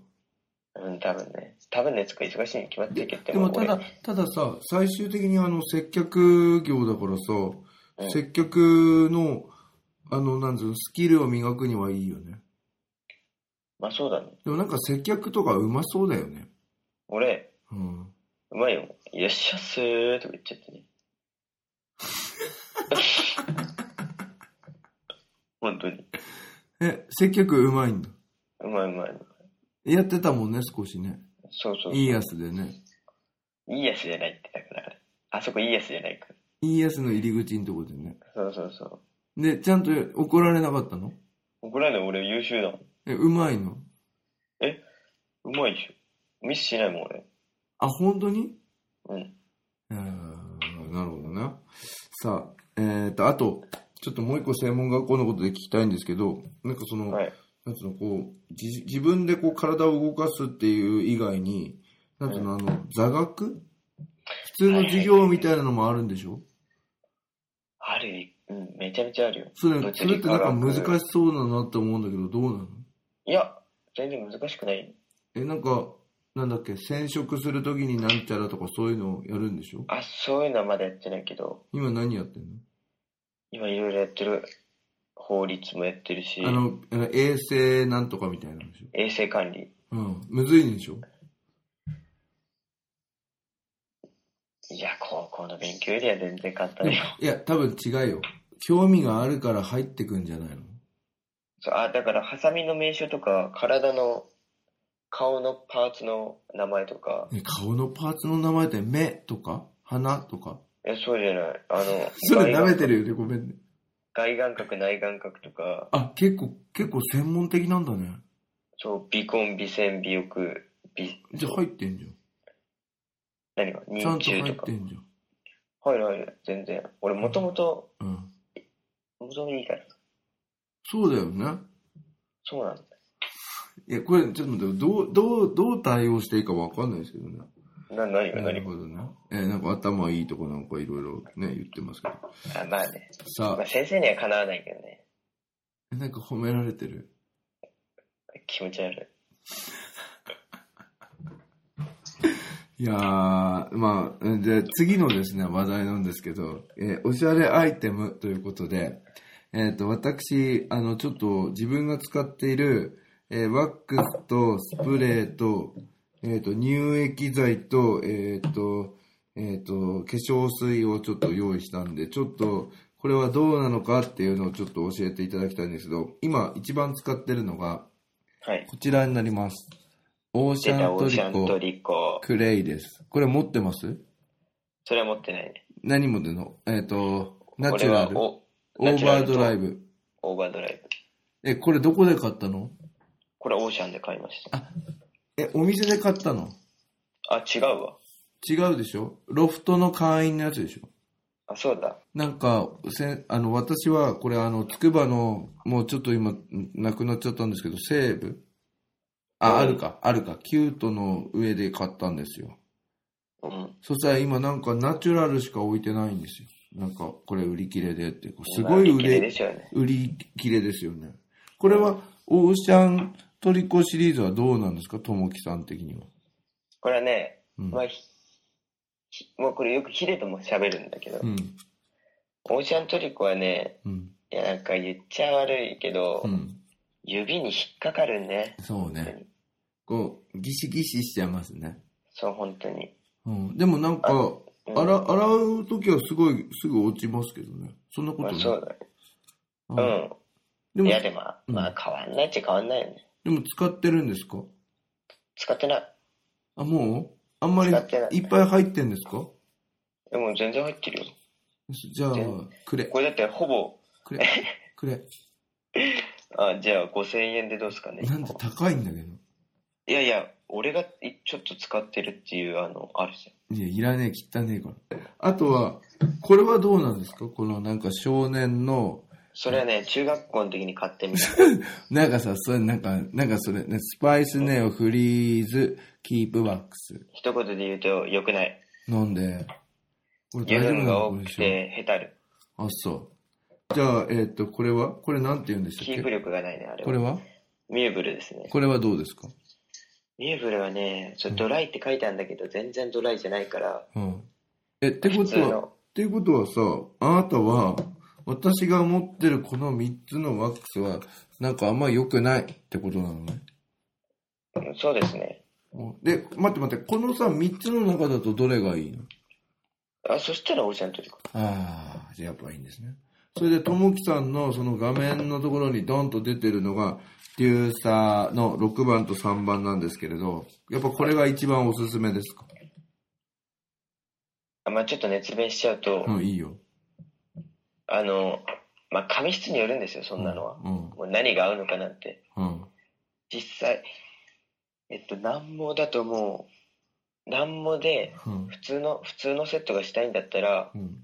[SPEAKER 2] うん、多分ね。多分ね、つうか忙しいに決まってるけど、
[SPEAKER 3] でもただ
[SPEAKER 2] 俺、
[SPEAKER 3] たださ、最終的にあの、接客業だからさ、
[SPEAKER 2] うん
[SPEAKER 3] 接客の、あの、なんつうの、スキルを磨くにはいいよね。
[SPEAKER 2] まあそうだね。
[SPEAKER 3] でもなんか接客とかうまそうだよね。
[SPEAKER 2] 俺、
[SPEAKER 3] うん。
[SPEAKER 2] うまいよ。いらっしゃっすーとか言っちゃ ってね。本当に。
[SPEAKER 3] え、接客うまいんだ。
[SPEAKER 2] うまいうまい。
[SPEAKER 3] やってたもんね、少しね。
[SPEAKER 2] そうそう。い
[SPEAKER 3] いいやつでね。
[SPEAKER 2] いやつじゃないって、だからあれ。あそこいいやつじゃないから。
[SPEAKER 3] いいやつの入り口のとこでね。
[SPEAKER 2] そうそうそう。
[SPEAKER 3] で、ちゃんと怒られなかったの
[SPEAKER 2] 怒らない俺優秀だもん。
[SPEAKER 3] え、うまいの
[SPEAKER 2] うまいでしょ。ミスしないもん俺。
[SPEAKER 3] あ、本当に
[SPEAKER 2] うん。
[SPEAKER 3] えーなるほどね。さあ、えーと、あと、ちょっともう一個専門学校のことで聞きたいんですけど、なんかその、
[SPEAKER 2] はい。
[SPEAKER 3] なんつうの、こう、じ自分でこう体を動かすっていう以外に、なんつうの、あの、座学普通の授業みたいなのもあるんでしょ
[SPEAKER 2] あるよ。うん、めちゃめちゃあるよ。
[SPEAKER 3] それ、
[SPEAKER 2] 物理
[SPEAKER 3] それってなんか難
[SPEAKER 2] 科学
[SPEAKER 3] しそうだなって思うんだけど、どうなの
[SPEAKER 2] いや、全然難しくない。
[SPEAKER 3] え、なんか、なんだっけ、染色するときになんちゃらとかそういうのをやるんでしょ
[SPEAKER 2] あ、そういうのはまだやってないけど、
[SPEAKER 3] 今何やってんの
[SPEAKER 2] 今いろいろやってる。法律もやってるし
[SPEAKER 3] あ、の、あの衛生なんとかみたいなんでしょ
[SPEAKER 2] 衛生管理。
[SPEAKER 3] うん。むずいんでしょ
[SPEAKER 2] いや、高校の勉強よりは全然簡単
[SPEAKER 3] でも
[SPEAKER 2] よ。
[SPEAKER 3] いや、多分違うよ。興味があるから入ってくんじゃないの
[SPEAKER 2] そうあ、だから、ハサミの名称とか、体の、顔のパーツの名前とか、
[SPEAKER 3] え顔のパーツの名前って目とか鼻とか。
[SPEAKER 2] え、そうじゃない。あの、
[SPEAKER 3] それ舐めて
[SPEAKER 2] る。
[SPEAKER 3] るよね、ごめんね。
[SPEAKER 2] 外眼角、内眼角とか、
[SPEAKER 3] あ、結構、結構専門的なんだね。
[SPEAKER 2] そう、微根、微線、微翼、微、
[SPEAKER 3] じゃあ入ってんじゃ
[SPEAKER 2] 何か、
[SPEAKER 3] ん。ちゃん
[SPEAKER 2] 認
[SPEAKER 3] と
[SPEAKER 2] 中
[SPEAKER 3] 入
[SPEAKER 2] と
[SPEAKER 3] っ
[SPEAKER 2] か
[SPEAKER 3] て。んじゃん。
[SPEAKER 2] はいはい、全然。俺、もともと、
[SPEAKER 3] うん。
[SPEAKER 2] もともといいから。
[SPEAKER 3] そうだよね。
[SPEAKER 2] そうなんだ。
[SPEAKER 3] いや、これ、ちょっと待って、どう、どう、どう対応していいかわかんないですけどね。
[SPEAKER 2] な、何が
[SPEAKER 3] な
[SPEAKER 2] 何
[SPEAKER 3] る
[SPEAKER 2] が。
[SPEAKER 3] ほどね。えなんか頭いいとかなんかいろいろね、言ってますけど。
[SPEAKER 2] あまあね。
[SPEAKER 3] さ
[SPEAKER 2] まあ、先生にはかなわないけどね。
[SPEAKER 3] あ、なんか褒められてる。
[SPEAKER 2] 気持ち悪い。
[SPEAKER 3] いやー、まあ、で、次のですね、話題なんですけど、えーおしゃれアイテムということで、えっ、と、私、あの、ちょっと自分が使っている、えーワックスとスプレーと、えっ、と、乳液剤と、えっ、と、えっ、と、化粧水をちょっと用意したんで、ちょっと、これはどうなのかっていうのをちょっと教えていただきたいんですけど、今一番使ってるのが、
[SPEAKER 2] はい。
[SPEAKER 3] こちらになります。オーシ
[SPEAKER 2] 出
[SPEAKER 3] ャ
[SPEAKER 2] た
[SPEAKER 3] ン
[SPEAKER 2] オ
[SPEAKER 3] ト
[SPEAKER 2] ーシ
[SPEAKER 3] リ
[SPEAKER 2] ャントリコ。
[SPEAKER 3] クレイです。これ持ってます
[SPEAKER 2] それは持ってないね。
[SPEAKER 3] 何持ってんのえっ、と、ナチ
[SPEAKER 2] 俺
[SPEAKER 3] ュラ
[SPEAKER 2] は
[SPEAKER 3] ル、オ
[SPEAKER 2] おナチュ
[SPEAKER 3] ー
[SPEAKER 2] ラ
[SPEAKER 3] バ
[SPEAKER 2] ル
[SPEAKER 3] ー
[SPEAKER 2] と
[SPEAKER 3] ドライブ。
[SPEAKER 2] オーバードライブ。
[SPEAKER 3] え、これどこで買ったの
[SPEAKER 2] これオーシャンで買いました。
[SPEAKER 3] え、お店で買ったの
[SPEAKER 2] あ、違うわ。
[SPEAKER 3] 違うでしょロフトの会員のやつでしょ
[SPEAKER 2] あ、そうだ。
[SPEAKER 3] なんか、せんあの、私は、これ、あの、つくばの、もうちょっと今、なくなっちゃったんですけど、西部あ、
[SPEAKER 2] うん
[SPEAKER 3] あるか、あるか、キュートの上で買ったんですよ。
[SPEAKER 2] うん。
[SPEAKER 3] そしたら今、なんか、ナチュラルしか置いてないんですよ。なんか、これ売り切れでって、すごい売
[SPEAKER 2] 売れ
[SPEAKER 3] れ
[SPEAKER 2] で、しょうね。
[SPEAKER 3] 売り切れですよね。これは、オーシャントリコシリーズはどうなんですか、ともきさん的には。
[SPEAKER 2] これはね、
[SPEAKER 3] うん。
[SPEAKER 2] まあ、ひひもうこれよくヒデとも喋るんだけど、
[SPEAKER 3] うん。
[SPEAKER 2] オーシャントリコはね、
[SPEAKER 3] うん。
[SPEAKER 2] いやなんか言っちゃ悪いけど、
[SPEAKER 3] うん。
[SPEAKER 2] 指に引っかかるね。
[SPEAKER 3] そうね。こう、ギシギシしちゃいますね。
[SPEAKER 2] そう、本当に。
[SPEAKER 3] うん。でもなんか、
[SPEAKER 2] うん
[SPEAKER 3] あら、洗うときはすごい、すぐ落ちますけどね。そんなこ
[SPEAKER 2] ま
[SPEAKER 3] と
[SPEAKER 2] あ、
[SPEAKER 3] ない。
[SPEAKER 2] そう
[SPEAKER 3] うん
[SPEAKER 2] だね。
[SPEAKER 3] で
[SPEAKER 2] うん。い
[SPEAKER 3] も
[SPEAKER 2] や、、でも、まあ、変わんないっちゃ変わんないよね。
[SPEAKER 3] でも使ってるんですか
[SPEAKER 2] 使ってない。
[SPEAKER 3] あ、もうあんまり
[SPEAKER 2] 使ってない
[SPEAKER 3] いっぱい入ってんですか
[SPEAKER 2] でも全然入ってるよ。
[SPEAKER 3] じゃあ
[SPEAKER 2] 全、
[SPEAKER 3] くれ、
[SPEAKER 2] これだってほぼ、
[SPEAKER 3] くれ、くれ。
[SPEAKER 2] あ、じゃあ5000円でどうですかね。
[SPEAKER 3] なんで高いんだけど。
[SPEAKER 2] いやいや、俺がいちょっと使ってるっていう、あの、あるじ
[SPEAKER 3] いや、いらねえ、汚ねえから。あとは、これはどうなんですかこのなんか少年の、
[SPEAKER 2] ゃん。それはね、中学校の時に買ってみ た。
[SPEAKER 3] なんかさ、それなんか、なんかそれ、ね、スパイスネオフリーズキープワックス。
[SPEAKER 2] 一言で言うと、良くない。
[SPEAKER 3] なんで、これ
[SPEAKER 2] 油分
[SPEAKER 3] な
[SPEAKER 2] が
[SPEAKER 3] の
[SPEAKER 2] 多
[SPEAKER 3] これ
[SPEAKER 2] く
[SPEAKER 3] でしょ
[SPEAKER 2] て、へたる。
[SPEAKER 3] あ、そう。じゃあ、えっ、と、これはこれなんて言うんでした
[SPEAKER 2] キ
[SPEAKER 3] っ
[SPEAKER 2] ープ
[SPEAKER 3] け
[SPEAKER 2] 力がないね、あれ
[SPEAKER 3] これ
[SPEAKER 2] は。
[SPEAKER 3] は
[SPEAKER 2] ミューブルですね。
[SPEAKER 3] これはどうですか
[SPEAKER 2] ミューブルはね、そうドライって書いてあるんだけど、全然ドライじゃないから、
[SPEAKER 3] うん。え、ってこ
[SPEAKER 2] 普
[SPEAKER 3] と
[SPEAKER 2] 通
[SPEAKER 3] は、っ
[SPEAKER 2] の。
[SPEAKER 3] ていうことはさ、あなたは、私が持ってるこの3つのワックスは、なんかあんま良くないってことなのね。
[SPEAKER 2] そうですね。
[SPEAKER 3] で、待って待って、このさ、3つの中だとどれがいいの
[SPEAKER 2] あ、そしたらオーシャントリコ。
[SPEAKER 3] ああ、じゃあやっぱいいんですね。それで、ともきさんのその画面のところにドンと出てるのが、デューサーの6番と3番なんですけれど、やっぱこれが一番おすすめですか
[SPEAKER 2] あまあちょっと熱弁しちゃうと、
[SPEAKER 3] うん、いいよ。
[SPEAKER 2] あの、まあ紙質によるんですよ、そんなのは。
[SPEAKER 3] うん。
[SPEAKER 2] もう何が合うのかなんて。
[SPEAKER 3] うん。
[SPEAKER 2] 実際、えっと、難毛だともう、難毛で、
[SPEAKER 3] うん。
[SPEAKER 2] 普通の、普通のセットがしたいんだったら、
[SPEAKER 3] うん。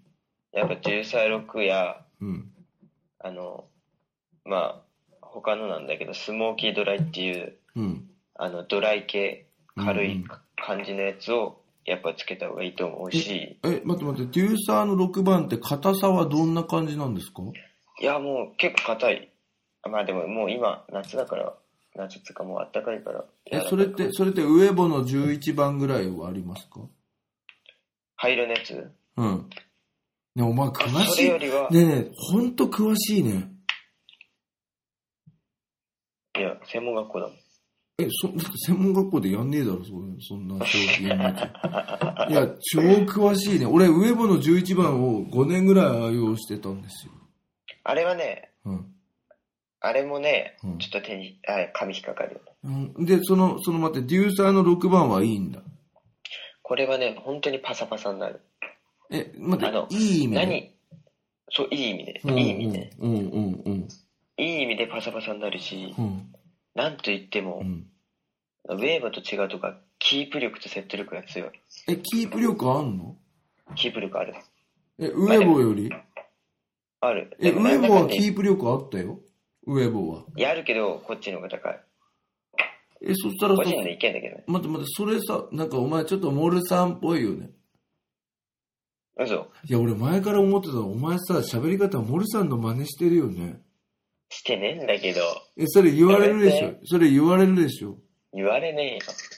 [SPEAKER 2] やっぱ136や、
[SPEAKER 3] うん。
[SPEAKER 2] あの、まあ、他のなんだけど、スモーキードライっていう、
[SPEAKER 3] うん。
[SPEAKER 2] あの、ドライ系、軽
[SPEAKER 3] うん
[SPEAKER 2] い感じのやつを、やっぱつけた方がいいと思うし、
[SPEAKER 3] え、待って待って、デューサーの6番って硬さはどんな感じなんですか
[SPEAKER 2] いや、もう結構硬い。まあでももう今、夏だから、夏っつうかもう暖かいから。
[SPEAKER 3] え、それって、それってウエボの11番ぐらいはありますか
[SPEAKER 2] 灰色のやつ
[SPEAKER 3] うん。ね、お前詳
[SPEAKER 2] そ
[SPEAKER 3] し
[SPEAKER 2] れ
[SPEAKER 3] い。
[SPEAKER 2] よ
[SPEAKER 3] ね
[SPEAKER 2] りは、
[SPEAKER 3] えねえ、ほんと詳しいね。
[SPEAKER 2] いや、専門学校だもん。
[SPEAKER 3] え、そ、だって専門学校でやんねえだろ、そんそんな商品なんていや、超詳しいね。俺、ウエボの11番を5年ぐらい愛用してたんですよ。
[SPEAKER 2] あれはね、
[SPEAKER 3] うん。
[SPEAKER 2] あれもね、
[SPEAKER 3] うん
[SPEAKER 2] ちょっと手に、あ、紙引っかかるよね。
[SPEAKER 3] うん、で、その、その待って、デューサーの6番はいいんだ。
[SPEAKER 2] これはね、本当にパサパサになる。
[SPEAKER 3] え、待っ
[SPEAKER 2] あの
[SPEAKER 3] て、いい意味で
[SPEAKER 2] 何そう、いい意味で。
[SPEAKER 3] うん
[SPEAKER 2] いい意味で。
[SPEAKER 3] うんうんうん
[SPEAKER 2] いい意味でパサパサになるし
[SPEAKER 3] う、ん
[SPEAKER 2] なんといって
[SPEAKER 3] う
[SPEAKER 2] も、
[SPEAKER 3] ん。
[SPEAKER 2] ウェーバーと違うとか、キープ力と説得力が強い。
[SPEAKER 3] え、キープ力あんの
[SPEAKER 2] キープ力ある。
[SPEAKER 3] え、ウェボより
[SPEAKER 2] ある。
[SPEAKER 3] え、
[SPEAKER 2] で
[SPEAKER 3] ウ
[SPEAKER 2] もな
[SPEAKER 3] ェ
[SPEAKER 2] んだ
[SPEAKER 3] ボ
[SPEAKER 2] か
[SPEAKER 3] は
[SPEAKER 2] んだ
[SPEAKER 3] キープ力あったよ。ウェボは。
[SPEAKER 2] やるけど、こっちの方が高い。
[SPEAKER 3] え、そしたら
[SPEAKER 2] 個
[SPEAKER 3] さ、
[SPEAKER 2] 人の意見だけどね。
[SPEAKER 3] 待って待って、それさ、なんかお前ちょっとモルさんっぽいよね。
[SPEAKER 2] 嘘。
[SPEAKER 3] いや、俺前から思ってたのお前さ、喋り方モルさんの真似してるよね。
[SPEAKER 2] してねえんだけど、
[SPEAKER 3] え、それ言われるでし
[SPEAKER 2] や
[SPEAKER 3] ょ
[SPEAKER 2] め。
[SPEAKER 3] それ言われるでしょ。
[SPEAKER 2] 言われね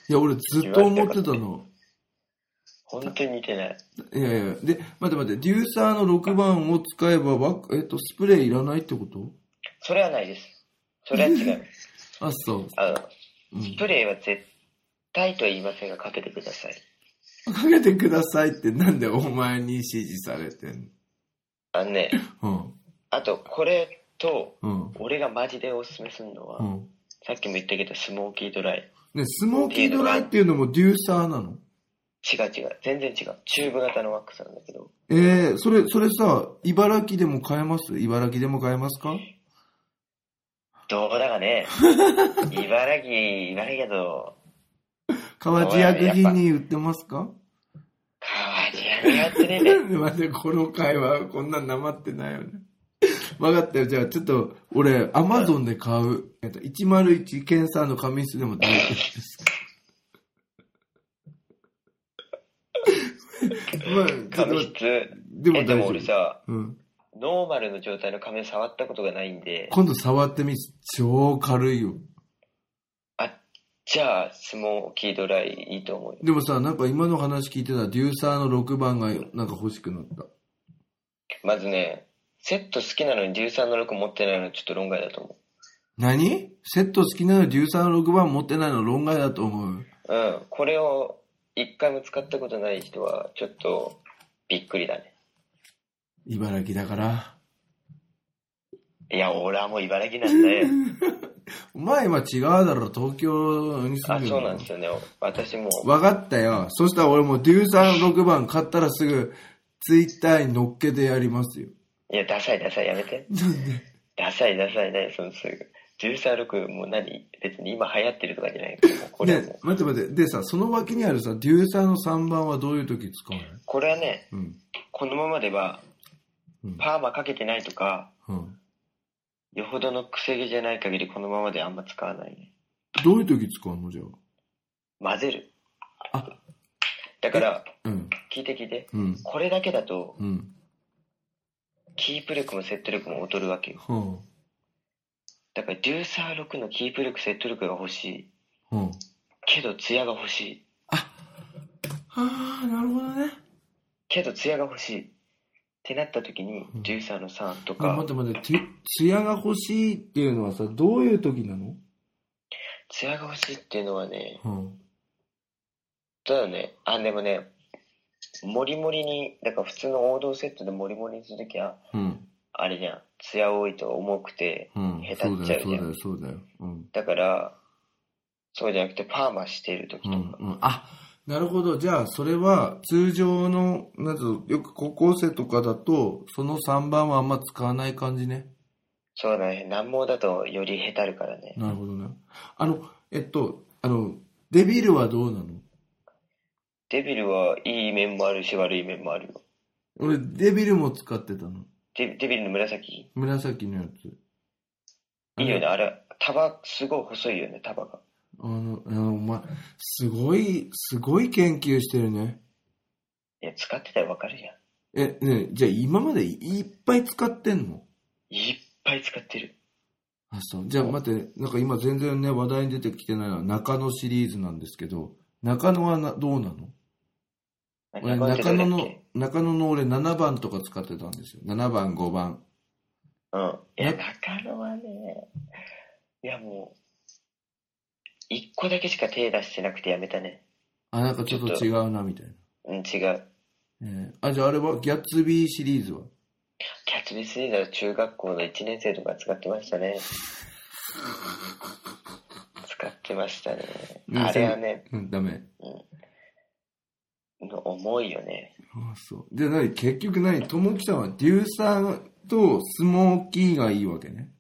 [SPEAKER 2] えよ。
[SPEAKER 3] いや、俺ずっと思ってたの。
[SPEAKER 2] 本当に似てない。
[SPEAKER 3] いやいや、で、待って待って、デューサーの6番を使えば、わえっと、スプレーいらないってこと
[SPEAKER 2] それはないです。それは違 う。
[SPEAKER 3] あ、そう。
[SPEAKER 2] あの、
[SPEAKER 3] うん
[SPEAKER 2] スプレーは絶対とは言いませんが、かけてください。
[SPEAKER 3] かけてくださいってなんでお前に指示されてん
[SPEAKER 2] あの ね、
[SPEAKER 3] の
[SPEAKER 2] あと、これと、
[SPEAKER 3] うん。うん。
[SPEAKER 2] 俺がマジでおすすめするのは、
[SPEAKER 3] うん。
[SPEAKER 2] さっきも言ったけど、スモーキードライ。
[SPEAKER 3] ね、スモーキードライっていうのもデューサーなの
[SPEAKER 2] 違う違う。全然違う。チューブ型のワックスなんだけど、
[SPEAKER 3] えー、それ、それさ、茨城でも買えます茨城でも買えますか
[SPEAKER 2] どうだか ね。茨城、茨城やと、
[SPEAKER 3] 川地薬品に売ってますか
[SPEAKER 2] 川じゃやってねえんだよ。
[SPEAKER 3] 待って、この会話、こんなんなまってないよね。分かったよ。じゃあ、ちょっと、俺、アマゾンで買う。えっと、101検査の紙質でも大丈夫ですか まあ、
[SPEAKER 2] 紙
[SPEAKER 3] ちょっと、
[SPEAKER 2] 質。
[SPEAKER 3] でも
[SPEAKER 2] え
[SPEAKER 3] 大
[SPEAKER 2] で
[SPEAKER 3] 丈
[SPEAKER 2] も俺
[SPEAKER 3] 夫。
[SPEAKER 2] さ、
[SPEAKER 3] うん。
[SPEAKER 2] ノーマルの状態の髪触ったことがないんで、
[SPEAKER 3] 今度触ってみ、超軽いよ。
[SPEAKER 2] あ、じゃあ、スモーキードライいいと思うよ。
[SPEAKER 3] でもさ、なんか今の話聞いてたら、デューサーの6番がなんか欲しくなった。
[SPEAKER 2] まずね、セット好きなのに13の6持ってないのはちょっと論外だと思
[SPEAKER 3] 何セット好きなのデューサーの6番持ってないの論外だと思う。
[SPEAKER 2] う。うん、これを一回も使ったことない人は、ちょっとびっくりだね。
[SPEAKER 3] 茨城だから。
[SPEAKER 2] いや、俺はもう茨城なんだよ。
[SPEAKER 3] お前は違うだろ、東京に住
[SPEAKER 2] あ、
[SPEAKER 3] んでる
[SPEAKER 2] そうなんですよね。私もう、
[SPEAKER 3] わかったよ。そしたら俺もデューサーの6番買ったらすぐ、ツイッターに乗っけてやりますよ。
[SPEAKER 2] いや、ダサいダサいやめて。
[SPEAKER 3] なんで
[SPEAKER 2] ダサいダサいね、そのすぐ。136もう何別に今流行ってるとかじゃないからもうこれはもう
[SPEAKER 3] ね、待って待って。でさ、その脇にあるさ、デューサーの3番はどういう時使うの
[SPEAKER 2] これはね、
[SPEAKER 3] うん。
[SPEAKER 2] このままでは
[SPEAKER 3] うん。
[SPEAKER 2] パーマかけてないとか、
[SPEAKER 3] うん、
[SPEAKER 2] よほどのくせ毛じゃない限りこのままであんま使わないね。
[SPEAKER 3] どういう時使うのじゃ
[SPEAKER 2] 混ぜる。
[SPEAKER 3] あ
[SPEAKER 2] だから、
[SPEAKER 3] あ。うん。
[SPEAKER 2] 聞いて聞いて。
[SPEAKER 3] うん。
[SPEAKER 2] これだけだと、
[SPEAKER 3] うん。
[SPEAKER 2] キープ力もセット力も劣るわけよ。
[SPEAKER 3] は
[SPEAKER 2] だから、デューサー6のキープ力、セット力が欲しい。
[SPEAKER 3] あ。は
[SPEAKER 2] けど、ツヤが欲しい。
[SPEAKER 3] あ。はあ、なるほどね。
[SPEAKER 2] けど、ツヤが欲しい。ってなった時に、
[SPEAKER 3] うん
[SPEAKER 2] デューサーの3と
[SPEAKER 3] あ、待
[SPEAKER 2] か
[SPEAKER 3] っ、て待って、つ、ツヤが欲しいっていうのはさ、どういう時なの
[SPEAKER 2] ツヤが欲しいっていうのはね、
[SPEAKER 3] うん。
[SPEAKER 2] ただね、あ、でもね、モリモリに、だから普通の王道セットでモリモリにするときは、
[SPEAKER 3] うん。
[SPEAKER 2] あれじゃん、ツヤ多いと重くて、
[SPEAKER 3] うん。
[SPEAKER 2] 下手
[SPEAKER 3] そ
[SPEAKER 2] っ
[SPEAKER 3] う
[SPEAKER 2] ち
[SPEAKER 3] だ
[SPEAKER 2] ゃう
[SPEAKER 3] よ、
[SPEAKER 2] じゃん
[SPEAKER 3] そうだよ、そうだよ。うん。
[SPEAKER 2] だから、そうじゃなくてパーマしてる時
[SPEAKER 3] う
[SPEAKER 2] とか、
[SPEAKER 3] ん、うん。あ、なるほど。じゃあ、それは、通常の、なんと、よく高校生とかだと、その3番はあんま使わない感じね。
[SPEAKER 2] そうだね、難毛だとよりへたるからね。
[SPEAKER 3] なるほどね。あの、えっと、あの、デビルはどうなの
[SPEAKER 2] デビルはいい面もあるし悪い面もあるよ。
[SPEAKER 3] 俺、デビルも使ってたの。
[SPEAKER 2] デデビルの紫、
[SPEAKER 3] 紫のやつ。
[SPEAKER 2] いいよね、あれ、束、すごい細いよね、束が。
[SPEAKER 3] あの、あの、お前、すごい、すごい研究してるね。
[SPEAKER 2] いや、使ってたらわかるじゃん。
[SPEAKER 3] え、ねえじゃあ今までいっぱい使ってんの
[SPEAKER 2] いっぱい使ってる。
[SPEAKER 3] あ、そう。じゃあ待って、なんか今全然ね、話題に出てきてないのは中野シリーズなんですけど、中野はなどうなの
[SPEAKER 2] な
[SPEAKER 3] 俺、
[SPEAKER 2] んか
[SPEAKER 3] 中
[SPEAKER 2] どれだ
[SPEAKER 3] 野
[SPEAKER 2] っ
[SPEAKER 3] の
[SPEAKER 2] け、
[SPEAKER 3] 中野の俺7番とか使ってたんですよ。7番、5番。
[SPEAKER 2] うん。いや、
[SPEAKER 3] な
[SPEAKER 2] 中野はね、いやもう、一個だけしか手出してなくてやめたね。
[SPEAKER 3] あ、なんかちょっと違うな、みたいな。
[SPEAKER 2] うん、違う。キャ
[SPEAKER 3] えーあ、じゃああれはギャッツビーシリーズは
[SPEAKER 2] ッチビスリーダー中学校の1年生とか使ってましたね。使ってましたね。
[SPEAKER 3] うん
[SPEAKER 2] あれはね、
[SPEAKER 3] うん、ダメ。
[SPEAKER 2] の重いよね。
[SPEAKER 3] あ、そう。で、なに、結局なに、ともきさんはデューサーとスモーキーがいいわけね。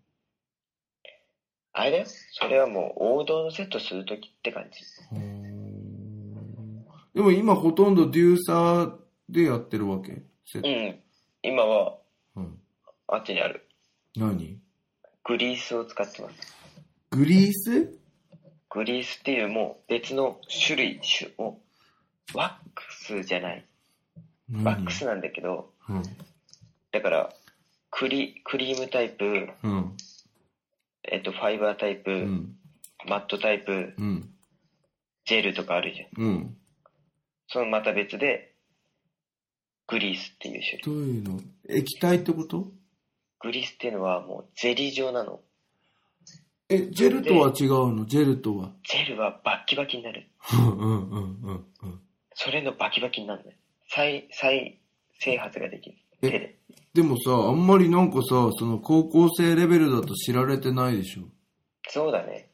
[SPEAKER 2] あれだよそれはもう王道のセットするときって感じ。
[SPEAKER 3] でも今ほとんどデューサーでやってるわけセッ
[SPEAKER 2] う
[SPEAKER 3] ト
[SPEAKER 2] ん。今は、
[SPEAKER 3] うん。
[SPEAKER 2] あっちにある。
[SPEAKER 3] 何
[SPEAKER 2] グリースを使ってます。
[SPEAKER 3] グリース
[SPEAKER 2] グリースっていうもう別の種類、種を、ワックスじゃない。ワックスなんだけど、
[SPEAKER 3] うん。
[SPEAKER 2] だから、クリ、クリームタイプ、
[SPEAKER 3] うん。
[SPEAKER 2] えっと、ファイバータイプ、
[SPEAKER 3] うん。
[SPEAKER 2] マットタイプ、
[SPEAKER 3] うん。
[SPEAKER 2] ジェルとかあるじゃん。
[SPEAKER 3] うん。
[SPEAKER 2] そのまた別で、グリースっていう種類。
[SPEAKER 3] どういうの液体ってこと
[SPEAKER 2] グリースっていうのはもうゼリー状なの。
[SPEAKER 3] え、ジェルとは違うのジェルとは。
[SPEAKER 2] ジェルはバッキバキになる。
[SPEAKER 3] うんうんうんうん。
[SPEAKER 2] それのバキバキになるのよ。再、再生発ができる。手で。
[SPEAKER 3] でもさ、あんまりなんかさ、その高校生レベルだと知られてないでしょ。
[SPEAKER 2] そうだね。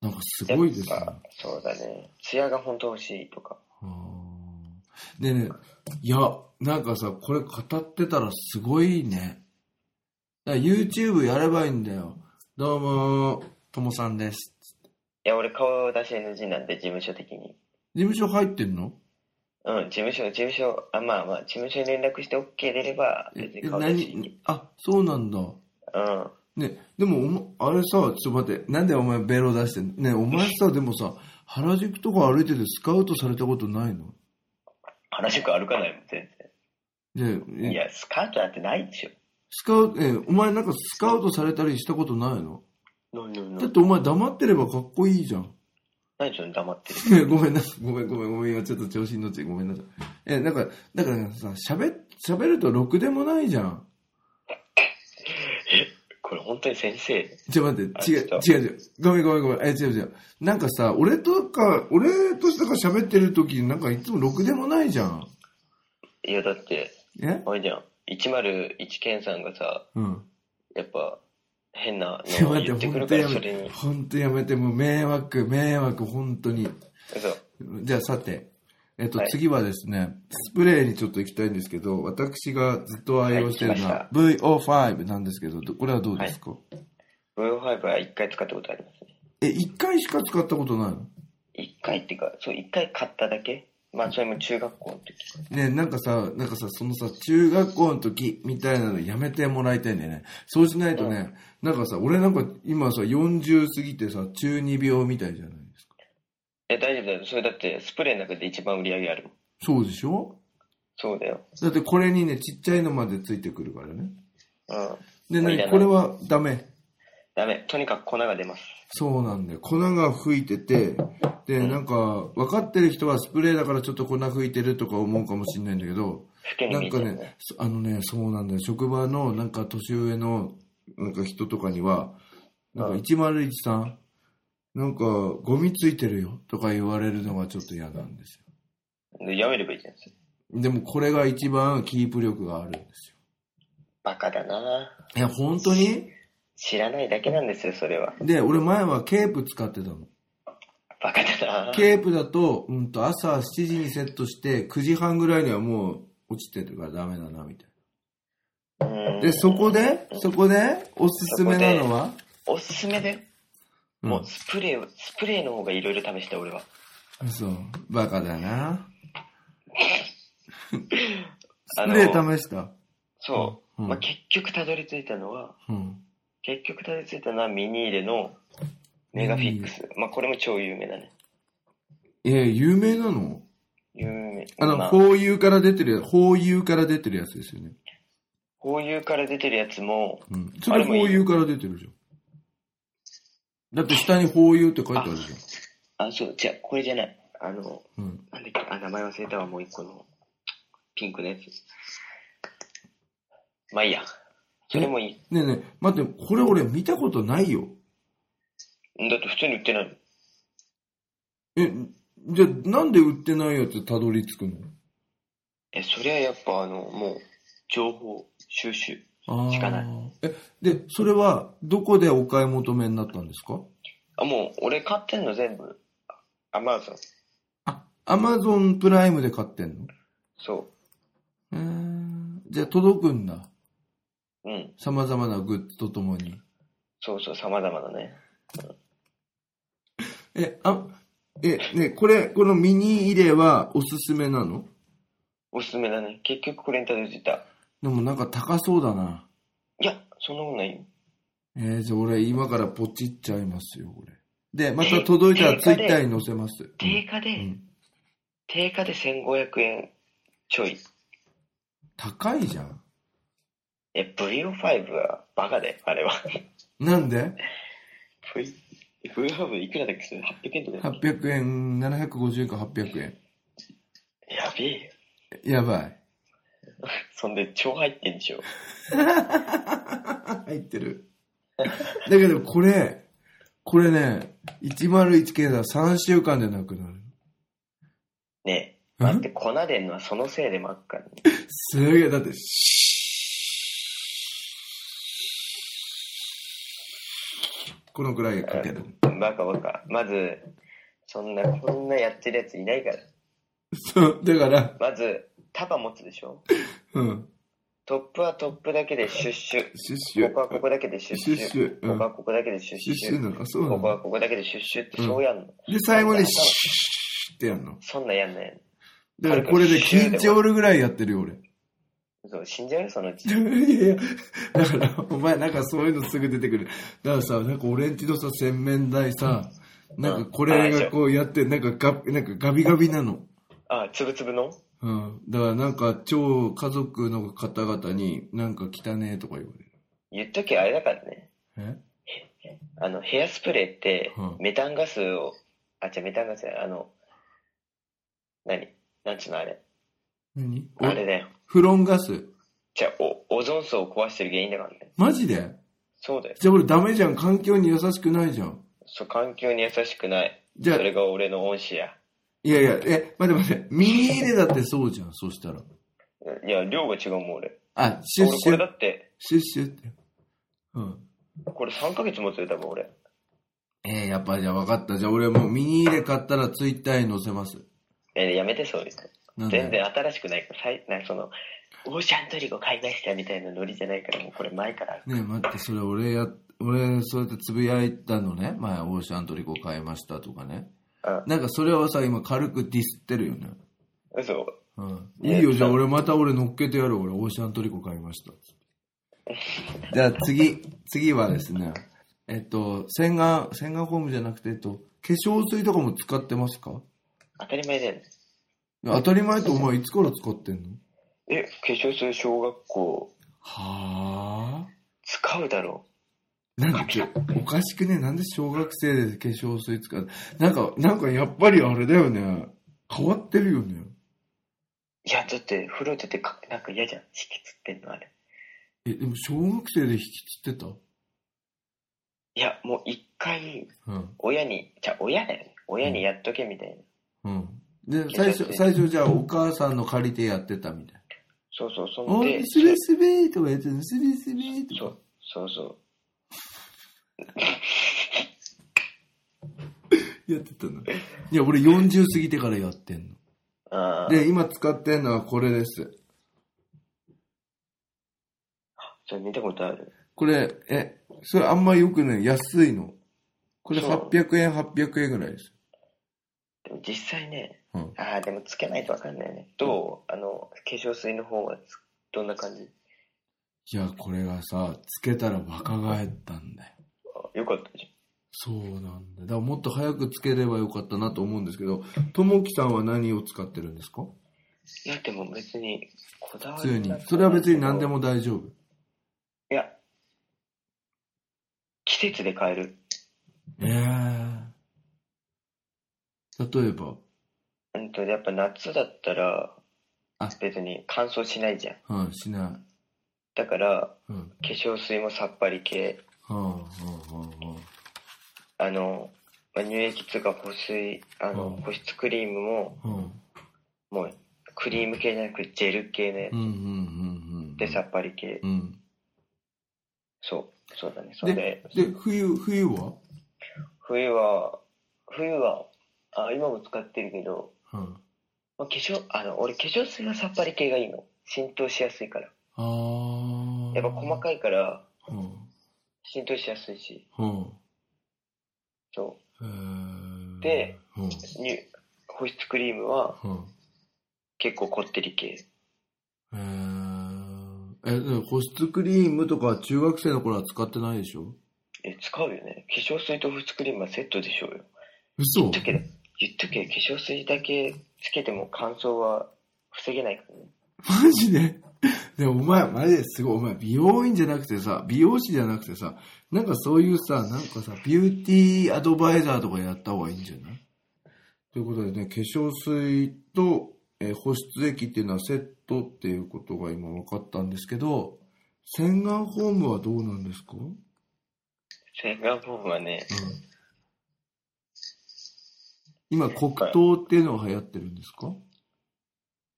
[SPEAKER 3] なんかすごいです
[SPEAKER 2] やっ
[SPEAKER 3] ね。
[SPEAKER 2] ぱそうだね。ツヤが本当欲しいとか。
[SPEAKER 3] ねえねえいや、なんかさ、これ語ってたらすごいね。だから YouTube やればいいんだよ。どうもー、ともさんです。
[SPEAKER 2] いや、俺顔出し NG なんで、事務所的に。
[SPEAKER 3] 事務所入ってんの
[SPEAKER 2] うん、事務所、事務所、あ、まあまあ、事務所に連絡して OK 出れば、別
[SPEAKER 3] え、
[SPEAKER 2] に
[SPEAKER 3] え
[SPEAKER 2] 顔出しに。
[SPEAKER 3] 何あ、そうなんだ。
[SPEAKER 2] うん。
[SPEAKER 3] ね、でもお前、あれさ、ちょっと待って、なんでお前ベロ出してんのね、お前さ、でもさ、原宿とか歩いててスカウトされたことないの
[SPEAKER 2] 原宿歩かないもん、全
[SPEAKER 3] ね
[SPEAKER 2] 然。い
[SPEAKER 3] え、
[SPEAKER 2] や、スカートなんてないでしょ。
[SPEAKER 3] スカウト、え、お前なんかスカウトされたりしたことないの
[SPEAKER 2] なんなんな
[SPEAKER 3] だっ
[SPEAKER 2] ん
[SPEAKER 3] てお前黙ってればかっこいいじゃん。
[SPEAKER 2] 何それ黙ってる。
[SPEAKER 3] ね ごめんなさい、ごめんごめんごめん、今ちょっと調子に乗っちゃいごめんなさい。え、なんか、だからさ、喋、喋るとろくでもないじゃん。
[SPEAKER 2] これ本当に先生。
[SPEAKER 3] ちょ、待っ
[SPEAKER 2] あ
[SPEAKER 3] て、違う、
[SPEAKER 2] ち
[SPEAKER 3] 違う、違う。ごめんごめんごめん。え、違う違う。なんかさ、俺とか、俺としたから喋ってる時なんかいつもろくでもないじゃん。
[SPEAKER 2] いや、だって、
[SPEAKER 3] え
[SPEAKER 2] あれじゃん。101健さんがさ、
[SPEAKER 3] うん。
[SPEAKER 2] やっぱ、変な
[SPEAKER 3] ち
[SPEAKER 2] の
[SPEAKER 3] ょ、
[SPEAKER 2] を
[SPEAKER 3] 待
[SPEAKER 2] 言
[SPEAKER 3] っ、
[SPEAKER 2] っててく
[SPEAKER 3] 本
[SPEAKER 2] る
[SPEAKER 3] 当
[SPEAKER 2] か
[SPEAKER 3] や
[SPEAKER 2] ら、そ
[SPEAKER 3] め
[SPEAKER 2] れに
[SPEAKER 3] て、。本当やめて、もう迷惑、迷惑、本当に。
[SPEAKER 2] 嘘。
[SPEAKER 3] じゃあさて、えっと、
[SPEAKER 2] はい
[SPEAKER 3] 次はですね、スプレーにちょっと行きたいんですけど、私がずっと愛用してるのは
[SPEAKER 2] は
[SPEAKER 3] VO5 なんですけど、どこれはどうですか、
[SPEAKER 2] VO5 は1回使ったことありますね。
[SPEAKER 3] え、一回しか使ったことないの
[SPEAKER 2] 1回っていうか、そう、1回買っただけ。まあ、それも中学校の時。
[SPEAKER 3] ねなんかさ、なんかさ、そのさ、中学校の時みたいなのやめてもらいたいんだよね。そうしないとね、なんかさ、俺なんか今さ、40過ぎてさ、中二病みたいじゃないですか。
[SPEAKER 2] え、大丈夫だよ。それだって、スプレーの中で一番売り上げあるもん。
[SPEAKER 3] そうでしょ
[SPEAKER 2] そうだよ。
[SPEAKER 3] だってこれにね、ちっちゃいのまでついてくるからね。
[SPEAKER 2] うん。
[SPEAKER 3] で、
[SPEAKER 2] 無理だ
[SPEAKER 3] ね、
[SPEAKER 2] な
[SPEAKER 3] これはダメ。
[SPEAKER 2] ダメ。とにかく粉が出ます。
[SPEAKER 3] そうなんだよ。粉が吹いてて、で、なんか、分かってる人はスプレーだからちょっと粉吹いてるとか思うかもしれないんだけど、
[SPEAKER 2] ふけに
[SPEAKER 3] な
[SPEAKER 2] 見
[SPEAKER 3] ん
[SPEAKER 2] えて
[SPEAKER 3] か
[SPEAKER 2] るね。
[SPEAKER 3] ね、そあのね、そうなんだよ。職場の、なんか年上の、なんか人とかには、なんか
[SPEAKER 2] うん
[SPEAKER 3] 101さん、なんか、ゴミついてるよ、とか言われるのがちょっと嫌なんです
[SPEAKER 2] でやめればいいじゃん。
[SPEAKER 3] よ。でも、これが一番キープ力があるんですよ。
[SPEAKER 2] バカだなぁ
[SPEAKER 3] いや、本当に
[SPEAKER 2] 知らないだけなんですよ、それは。
[SPEAKER 3] で、俺前はケープ使ってたの。
[SPEAKER 2] バカだなぁ
[SPEAKER 3] ケープだと、うんと、朝7時にセットして、9時半ぐらいにはもう落ちてるからダメだな、みたい
[SPEAKER 2] うん
[SPEAKER 3] な。で、そこで、そこで、おすすめなのは、
[SPEAKER 2] おすすめだよ。
[SPEAKER 3] う
[SPEAKER 2] もう、スプレーを、スプレーの方がいろいろ試した、俺は。
[SPEAKER 3] ん。そう、バカだな。ス
[SPEAKER 2] あ
[SPEAKER 3] プ
[SPEAKER 2] の
[SPEAKER 3] レー試した。
[SPEAKER 2] そう。
[SPEAKER 3] うん
[SPEAKER 2] まあ、結局たどり着いたのは、
[SPEAKER 3] うん。
[SPEAKER 2] 結局たどり着いたのはミニーレのメガフィックス。まあ、これも超有名だね。
[SPEAKER 3] えー、有名なの
[SPEAKER 2] 有名。
[SPEAKER 3] あ
[SPEAKER 2] ま
[SPEAKER 3] の、ホーユーから出てるやつ、ホーユーから出てるやつですよね。
[SPEAKER 2] こういうから出てるやつも、
[SPEAKER 3] うん。それ
[SPEAKER 2] あれ
[SPEAKER 3] ホ
[SPEAKER 2] もいい
[SPEAKER 3] ーユーから出てるじゃん。だって下にホーユーって書いてあるじ
[SPEAKER 2] あ、そう、じゃこれじゃない。あの、
[SPEAKER 3] ゃん。うん。
[SPEAKER 2] なんだっけ、あ、名前忘れたわ、もう一個の、ピンクのやつ。まあいいや。それもい
[SPEAKER 3] ねえねえ、待って、これ俺見たことないよ。
[SPEAKER 2] い。だって普通に売ってないの。
[SPEAKER 3] え、じゃあなんで売ってないやつたどり着くの
[SPEAKER 2] え、それはやっぱあの、もう、情報収集。
[SPEAKER 3] あー
[SPEAKER 2] しかない
[SPEAKER 3] え、で、それはどこでお買い求めになったんですか
[SPEAKER 2] あ、もう、俺買ってんの全部、アマゾン。
[SPEAKER 3] あ、アマゾンプライムで買ってんの
[SPEAKER 2] そう
[SPEAKER 3] ーん。じゃあ届くんだ。
[SPEAKER 2] う。うん。
[SPEAKER 3] 様々なグッズとともに。
[SPEAKER 2] そうそう、様々だね。
[SPEAKER 3] え、あ、え、ね、これ、このミニ入れはおすすめなの
[SPEAKER 2] おすすめだね。結局これにたどり着いた。
[SPEAKER 3] でもなんか高そうだな。
[SPEAKER 2] いや、そんなことないよ。
[SPEAKER 3] えー、じゃあ俺今からポチっちゃいますよ、これ。で、また届いたらツイッターに載せます。
[SPEAKER 2] 定価で、
[SPEAKER 3] うん
[SPEAKER 2] 定価で1500円ちょい。
[SPEAKER 3] 高いじゃん。
[SPEAKER 2] え、VO5 はバカだよ、あれは。
[SPEAKER 3] なんで
[SPEAKER 2] V- VO5 いくらだっけそれ ?800 円とか。
[SPEAKER 3] 800円、750円か800円。
[SPEAKER 2] やべえよ。
[SPEAKER 3] やばい。
[SPEAKER 2] そんで、超入ってんでしょ。
[SPEAKER 3] 入ってる。だけどこれ、これね、101系だ3週間でなくなる。
[SPEAKER 2] ねえ、
[SPEAKER 3] うん
[SPEAKER 2] 待って、粉出んのはそのせいで真っ赤に。
[SPEAKER 3] すげえ、だって、このくらいかける。
[SPEAKER 2] バカバカ。まず、そんな、こんなやってるやついないから。
[SPEAKER 3] そう、だから、
[SPEAKER 2] まず、束持つでしょ
[SPEAKER 3] うん。
[SPEAKER 2] トップはトップだけでシュッシュ。
[SPEAKER 3] シュッシュ。
[SPEAKER 2] ここはここだけでシュッシ
[SPEAKER 3] シュッシュ
[SPEAKER 2] ュ。
[SPEAKER 3] うん
[SPEAKER 2] ここはここだけでシュッ
[SPEAKER 3] シュッ
[SPEAKER 2] シ
[SPEAKER 3] シュ
[SPEAKER 2] ュ。
[SPEAKER 3] なのあそうな
[SPEAKER 2] ここ
[SPEAKER 3] の
[SPEAKER 2] はここだけでシュッシュってそうやんの。
[SPEAKER 3] で、最後に、シュッってやんの。
[SPEAKER 2] そんなんやんない
[SPEAKER 3] だからこれで聞いておるぐらいやってるよ、俺。
[SPEAKER 2] そう、死んじゃうよ、そのうち。
[SPEAKER 3] いやいや、だから、お前なんかそういうのすぐ出てくる。だからさ、なんか俺んちのさ、洗面台さ、なんかこれがこうやって、なんかガなんかガビガビなの。
[SPEAKER 2] あ、つぶつぶの
[SPEAKER 3] うん。だからなんか超家族の方々に、なんか汚ねえとか言われる。
[SPEAKER 2] 言っときゃあれだからね。
[SPEAKER 3] え
[SPEAKER 2] あの、ヘアスプレーって
[SPEAKER 3] うん、
[SPEAKER 2] メタンガスを、あ、じゃメタンガスじゃないあの、何なんちゅうのあれ。
[SPEAKER 3] 何
[SPEAKER 2] あれだよ。
[SPEAKER 3] フロンガス。
[SPEAKER 2] じゃあお、オゾン層を壊してる原因だからね。
[SPEAKER 3] マジで
[SPEAKER 2] そうだよ。
[SPEAKER 3] じゃあ俺ダメじゃん。環境に優しくないじゃん。
[SPEAKER 2] そう、環境に優しくない。
[SPEAKER 3] じゃあ
[SPEAKER 2] そ、れが俺の恩師や。
[SPEAKER 3] いやいや、え、待って待って。右入れだってそうじゃん。そうしたら。
[SPEAKER 2] いや、量が違うもん、俺。
[SPEAKER 3] あ、シュッ
[SPEAKER 2] 俺、
[SPEAKER 3] シ
[SPEAKER 2] こ
[SPEAKER 3] ュ
[SPEAKER 2] れだ
[SPEAKER 3] ッ、
[SPEAKER 2] って、
[SPEAKER 3] シュッシュッって。うん。
[SPEAKER 2] これ3ヶ月持つよ、多分俺。
[SPEAKER 3] えー、やっぱじゃあ分かった。じゃあ俺もうミニ入れ買ったらツイッターに載せます。
[SPEAKER 2] え、やめて、そうです。
[SPEAKER 3] なんで
[SPEAKER 2] 全然新しくないから、さいなんかその、オーシャントリゴ買いましたみたいなノリじゃないから、もうこれ前からある。
[SPEAKER 3] ねえ、待って、それ俺や、俺、そうやってつぶやいたのね。前、オーシャントリコ買いましたとかね。
[SPEAKER 2] あ、
[SPEAKER 3] なんかそれはさ、今軽くディスってるよね。
[SPEAKER 2] 嘘。
[SPEAKER 3] うん。
[SPEAKER 2] ね
[SPEAKER 3] いいよ、じゃあ俺また俺乗っけてやる。俺、オーシャントリコ買いま した。じゃあ次、次はですね。えっと、洗顔、洗顔フォームじゃなくて、えっと、化粧水とかも使ってますか
[SPEAKER 2] 当たり前だよね。
[SPEAKER 3] 当たり前とお前いつから使ってんの
[SPEAKER 2] え、化粧水小学校、
[SPEAKER 3] はあ。
[SPEAKER 2] 使うだろ
[SPEAKER 3] なんだっけおかしくねなんで小学生で化粧水使うなんか、なんかやっぱりあれだよね。変わってるよね。
[SPEAKER 2] う。いや、だって、風呂出てか、なんか嫌じゃん。引きつってんの、あれ。
[SPEAKER 3] え、でも小学生で引きつってた
[SPEAKER 2] いや、もう一回、
[SPEAKER 3] うん。
[SPEAKER 2] 親に、じゃあ親だよね。親にやっとけみたいな。
[SPEAKER 3] うん。で、最初、最初じゃあお母さんの借りてやってたみたいな。
[SPEAKER 2] そうそう、そん
[SPEAKER 3] お
[SPEAKER 2] で、
[SPEAKER 3] い、すべすべとかやってる、すべすべ
[SPEAKER 2] そ
[SPEAKER 3] とか
[SPEAKER 2] う。、そうそう。
[SPEAKER 3] やってたの。いや、俺40過ぎてからやってん
[SPEAKER 2] あ
[SPEAKER 3] の。
[SPEAKER 2] あ、
[SPEAKER 3] で、今使ってんのはこれです。
[SPEAKER 2] それ見たことある。
[SPEAKER 3] これ、え、それあんまよくない。安いの。これ
[SPEAKER 2] そう
[SPEAKER 3] 800円、800円ぐらいです。
[SPEAKER 2] でも実際ね、
[SPEAKER 3] うん
[SPEAKER 2] ああ、でもつけないとわかんないね。どうあの、化粧水の方はつ、どんな感じ
[SPEAKER 3] いや、これがさ、つけたら若返ったんだよ。
[SPEAKER 2] あよかったじ
[SPEAKER 3] そうなんだ。だからもっと早くつければよかったなと思うんですけど、ともきさんは何を使ってるんですか
[SPEAKER 2] ゃん。いや、でも別に、こだわ
[SPEAKER 3] 普
[SPEAKER 2] り
[SPEAKER 3] 通に
[SPEAKER 2] なん。か
[SPEAKER 3] それは別に何で。も大丈夫。
[SPEAKER 2] いや、季節で変える。
[SPEAKER 3] ええ例えば、
[SPEAKER 2] うんと、やっぱ夏だったら
[SPEAKER 3] あ、
[SPEAKER 2] 別に乾燥しないじゃん。
[SPEAKER 3] うん、しな
[SPEAKER 2] だから、
[SPEAKER 3] い。うん。
[SPEAKER 2] 化粧水もさっぱり系、
[SPEAKER 3] はあ、はあ、はあ、は
[SPEAKER 2] あの、まあ、乳液とか保水、あの、
[SPEAKER 3] うん
[SPEAKER 2] 保湿クリームも、
[SPEAKER 3] あ。うん。
[SPEAKER 2] もう、クリーム系じゃなくジェル系ね
[SPEAKER 3] うん、うん、うん、うん。
[SPEAKER 2] でさ。っぱり系。
[SPEAKER 3] うん。
[SPEAKER 2] そう、そうだね。それ
[SPEAKER 3] で
[SPEAKER 2] で、、
[SPEAKER 3] で、冬、冬は
[SPEAKER 2] 冬は、冬は、あ、今も使ってるけど、
[SPEAKER 3] うん。
[SPEAKER 2] まあ、化粧、あの、俺化粧水はさっぱり系がいいの。浸透しやすいから。
[SPEAKER 3] ああ。
[SPEAKER 2] やっぱ細かいから、
[SPEAKER 3] い。うん。
[SPEAKER 2] 浸透しやすいし、
[SPEAKER 3] うん。
[SPEAKER 2] そ
[SPEAKER 3] えー
[SPEAKER 2] で、
[SPEAKER 3] うん。
[SPEAKER 2] う。に保湿クリームは
[SPEAKER 3] うん。
[SPEAKER 2] 結構こってり系。
[SPEAKER 3] えー、え、でも保湿クリームとか中学生の頃は使ってないでしょ
[SPEAKER 2] え、使うよね。化粧水と保湿クリームはセットでしょうよ。
[SPEAKER 3] 嘘
[SPEAKER 2] だけど、言っとけ、化粧水だけつけても乾燥は防げないからね。
[SPEAKER 3] マジででもお前、マジですごい、お前、美容院じゃなくてさ、美容師じゃなくてさ、なんかそういうさ、なんかさ、ビューティーアドバイザーとかやった方がいいんじゃないということでね、化粧水と、えー保湿液っていうのはセットっていうことが今分かったんですけど、洗顔フォームはどうなんですか
[SPEAKER 2] 洗顔フォームはね、
[SPEAKER 3] 今、黒糖っていうのが流行ってるんですか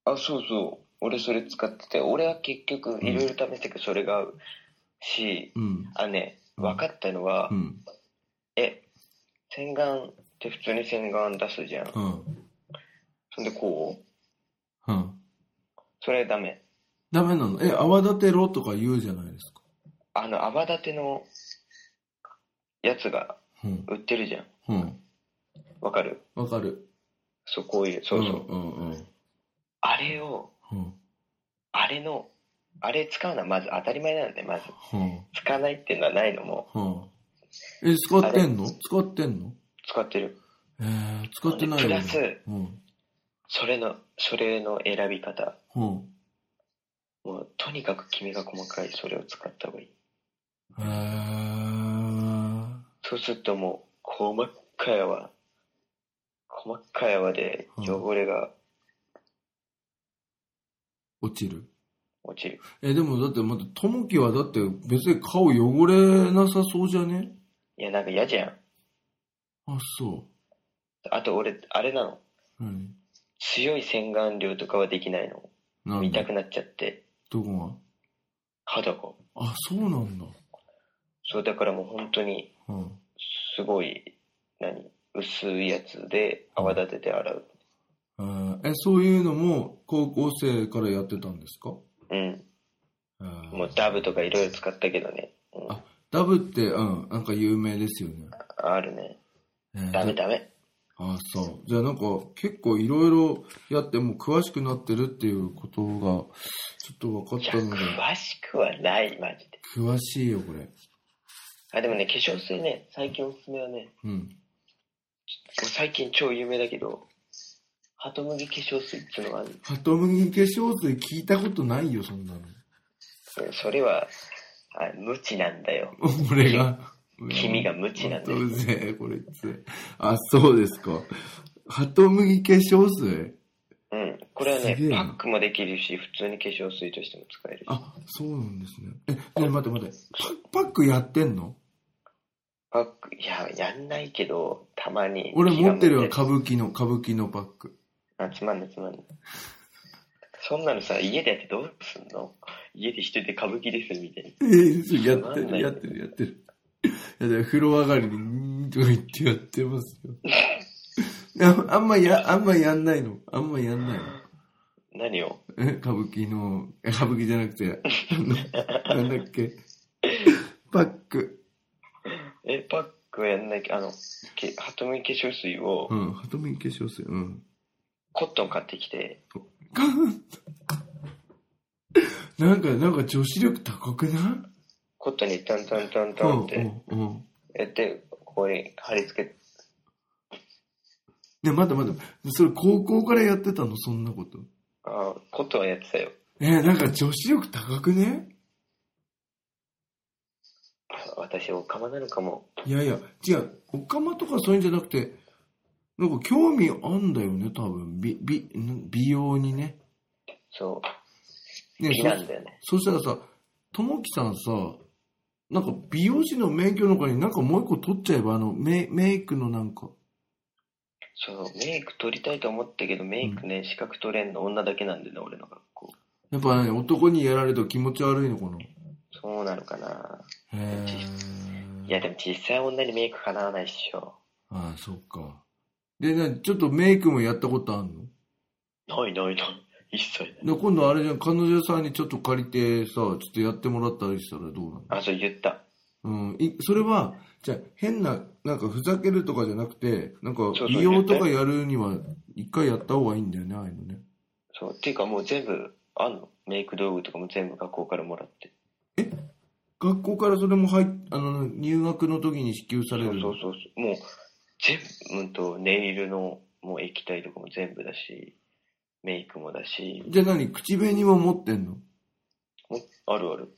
[SPEAKER 2] あ、そうそう。俺それ使ってて、俺は結局いろいろ試したけどそれが合うし、
[SPEAKER 3] うん。
[SPEAKER 2] あのね、
[SPEAKER 3] うん
[SPEAKER 2] 分かったのは、
[SPEAKER 3] うん。
[SPEAKER 2] え、洗顔って普通に洗顔出すじゃん。
[SPEAKER 3] うん。
[SPEAKER 2] そんでこう、
[SPEAKER 3] うん。
[SPEAKER 2] それはダメ。
[SPEAKER 3] ダメなのえ、泡立てろとか言うじゃないですか。
[SPEAKER 2] あの、泡立てのやつが
[SPEAKER 3] うん。
[SPEAKER 2] 売ってるじゃん。
[SPEAKER 3] うん。
[SPEAKER 2] わかる
[SPEAKER 3] わかる。
[SPEAKER 2] そう、こういう、そうそう。
[SPEAKER 3] うんうん
[SPEAKER 2] あれを、
[SPEAKER 3] うん。
[SPEAKER 2] あれの、あれ使うのはまず当たり前なんで、まず。
[SPEAKER 3] うん。
[SPEAKER 2] 使わないっていうのはないのも、
[SPEAKER 3] はあ、え、使ってんの使ってんの
[SPEAKER 2] 使ってる。
[SPEAKER 3] えー、使ってないよ、
[SPEAKER 2] プラス
[SPEAKER 3] うん。
[SPEAKER 2] それの、それの選び方。
[SPEAKER 3] うん。
[SPEAKER 2] もう、とにかく君が細かい、それを使った方がいい。
[SPEAKER 3] えー、
[SPEAKER 2] そうするともう、細かい泡、細かい泡で汚れが
[SPEAKER 3] 落ちる。
[SPEAKER 2] 落ちる。
[SPEAKER 3] え、でもだって、まだ、ともきはだって別に顔汚れなさそうじゃね
[SPEAKER 2] いや、なんか嫌じゃん。
[SPEAKER 3] あ、そ
[SPEAKER 2] あと俺、あれなの。
[SPEAKER 3] う。何
[SPEAKER 2] 強い洗顔料とかはできないの。
[SPEAKER 3] なん
[SPEAKER 2] 痛
[SPEAKER 3] だ
[SPEAKER 2] くなっちゃって、
[SPEAKER 3] どこ
[SPEAKER 2] 肌が。
[SPEAKER 3] があ、そうなんだ。
[SPEAKER 2] そう、だからもう本当に、
[SPEAKER 3] うん。
[SPEAKER 2] すごい、何薄いやつで泡立てて洗う。
[SPEAKER 3] えーえ、そういうのも高校生からやってたんですか
[SPEAKER 2] うん。
[SPEAKER 3] えー
[SPEAKER 2] もうダブとかいろいろ使ったけどね。うん
[SPEAKER 3] あダブって、うん、なんか有名ですよね。
[SPEAKER 2] あるね。
[SPEAKER 3] えー
[SPEAKER 2] ダメダメ。
[SPEAKER 3] あそう。じゃあなんか結構いろいろやってもう詳しくなってるっていうことがちょっと分かっ
[SPEAKER 2] いや、
[SPEAKER 3] たので、
[SPEAKER 2] 詳しくはない、マジで。
[SPEAKER 3] 詳しいよ、これ。
[SPEAKER 2] あ、でもね、化粧水ね、最近おすすめはね、
[SPEAKER 3] うん。
[SPEAKER 2] もう最近超有名だけど、ハトムギ化粧水っていうのがある。
[SPEAKER 3] ハトムギ化粧水聞いたことないよ、そんなの。
[SPEAKER 2] う んそれは、あ無知なんだよ。
[SPEAKER 3] 俺が。
[SPEAKER 2] 君が無知なんだ
[SPEAKER 3] ほ
[SPEAKER 2] よ
[SPEAKER 3] とうぜえ、これつ。あ、そうですか。ハトムギ化粧水
[SPEAKER 2] うん。これはね
[SPEAKER 3] すげえ、
[SPEAKER 2] パ
[SPEAKER 3] な
[SPEAKER 2] ックもできるし、普通に化粧水としても使えるし。
[SPEAKER 3] あ、そうなんですね。え、ねえ待って待って。パパックやってんの
[SPEAKER 2] パック、いや、やんないけど、たまに。
[SPEAKER 3] 俺持ってるわ、
[SPEAKER 2] 気が
[SPEAKER 3] 歌舞伎の、歌舞伎のパック。
[SPEAKER 2] 向いてあ、つまんないつまんない。そんなのさ、家でやってどうすんの家で一人で歌舞伎ですみたいな。
[SPEAKER 3] えーそうや
[SPEAKER 2] つま
[SPEAKER 3] って
[SPEAKER 2] んな
[SPEAKER 3] る、
[SPEAKER 2] い
[SPEAKER 3] やってる、やってる。いや、だから風呂上がりに、うーんとか言ってやってます よ。ああんまや、あんまやんないの。あんまやんないの。
[SPEAKER 2] 何を
[SPEAKER 3] え、歌舞伎の、え歌舞伎じゃなくて、あの、なんだっけ。パック。
[SPEAKER 2] え、パックはやんないけど、あの、けハトムギ化粧水を
[SPEAKER 3] う、ん、ハトムギ化粧水。うん。
[SPEAKER 2] コットン買ってきて、
[SPEAKER 3] なんか、なんか女子力高くない
[SPEAKER 2] コットンにタンタンタン
[SPEAKER 3] う
[SPEAKER 2] タン
[SPEAKER 3] ん
[SPEAKER 2] っ、
[SPEAKER 3] う
[SPEAKER 2] て、
[SPEAKER 3] ん、うん。
[SPEAKER 2] やって、ここに貼り付け、
[SPEAKER 3] ね、待って待って。それ高校からやってたのそんなこと。
[SPEAKER 2] あコットンはやってたよ。
[SPEAKER 3] え、なんか女子力高くね
[SPEAKER 2] あ私、オカマなのかも。
[SPEAKER 3] いやいや、違う、おかまとかそういうんじゃなくて、なんか興味あんだよね、多分。美、美、ん美容にね。
[SPEAKER 2] そう。
[SPEAKER 3] ね
[SPEAKER 2] 美なんだよね。
[SPEAKER 3] そそしたらさ、ともきさんさ、なんか美容師の免許の他になんかもう一個取っちゃえば、あの、メイメイクのなんか。
[SPEAKER 2] そう、メイク取りたいと思ったけど、メイクね、資格取れんの女だけなんでね、俺の学校。
[SPEAKER 3] やっぱ、ね、男にやられると気持ち悪いのかな。
[SPEAKER 2] そうなのかな。
[SPEAKER 3] へ
[SPEAKER 2] い
[SPEAKER 3] え。
[SPEAKER 2] や、でも実際女にメイクかなわないっしょ。
[SPEAKER 3] ああ、そっか。で、なちょっとメイクもやったことあんの
[SPEAKER 2] ないないない。一切ない。
[SPEAKER 3] で今度あれじゃん、彼女さんにちょっと借りてさ、ちょっとやってもらったりしたらどうなの
[SPEAKER 2] あ、そう言った。
[SPEAKER 3] うん、いそれは、じゃあ変な、なんかふざけるとかじゃなくて、なんか
[SPEAKER 2] そうそう
[SPEAKER 3] 美容とかやるには、一回やった方がいいんだよね、ああいうのね。
[SPEAKER 2] そう。っていうかもう全部、あんのメイク道具とかも全部学校からもらって。
[SPEAKER 3] 学校からそれも入っあの、入学の時に支給さ
[SPEAKER 2] そう
[SPEAKER 3] れ
[SPEAKER 2] そ
[SPEAKER 3] る
[SPEAKER 2] うそ
[SPEAKER 3] の
[SPEAKER 2] う。そう。もう、全部、うんと、ネイルの、もう液体とかも全部だし、メイクもだし、
[SPEAKER 3] じゃあ何口紅も持ってんの
[SPEAKER 2] もうあるある。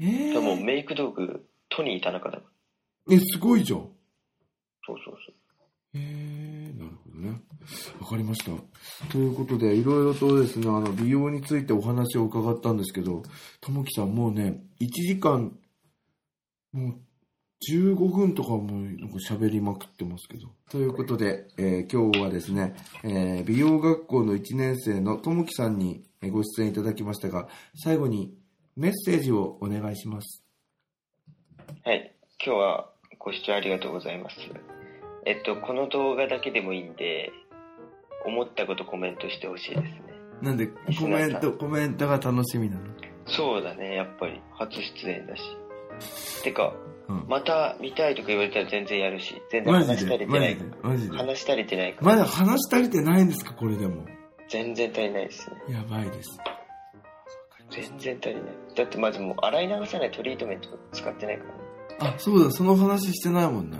[SPEAKER 3] えー
[SPEAKER 2] でもメイク道具、トニー田中だから。
[SPEAKER 3] え、すごいじゃん。
[SPEAKER 2] そうそうそう。
[SPEAKER 3] えー、なるほどね。わかりました。ということで、いろいろとですね、あの、美容についてお話を伺ったんですけど、ともきさんもうね、1時間、もう、15分とかもうなんか喋りまくってますけど。ということで、えー今日はですね、えー美容学校の1年生のともきさんにえーご出演いただきましたが、最後にメッセージをお願いします。
[SPEAKER 2] はい。今日はご視聴ありがとうございます。えっと、この動画だけでもいいんで、思ったことコメントしてほしいですね。
[SPEAKER 3] なんで、コメント、コメントが楽しみなの。
[SPEAKER 2] そうだね、やっぱり。初出演だし。てか、
[SPEAKER 3] うん。
[SPEAKER 2] また見たいとか言われたら全然やるし、全然
[SPEAKER 3] マ
[SPEAKER 2] 話
[SPEAKER 3] ジ
[SPEAKER 2] し
[SPEAKER 3] で
[SPEAKER 2] 足りて
[SPEAKER 3] マ
[SPEAKER 2] な
[SPEAKER 3] ジ
[SPEAKER 2] い
[SPEAKER 3] で。マジで。
[SPEAKER 2] 話し足りてないか
[SPEAKER 3] ま
[SPEAKER 2] ら、
[SPEAKER 3] だ話足りてないんですかこれでも。
[SPEAKER 2] 全然足りないですね。
[SPEAKER 3] やばいです。
[SPEAKER 2] 全然足りない。だってまずもう洗い流さないトリートメント使ってないからね。
[SPEAKER 3] あ、そうだ、その話してないもんな。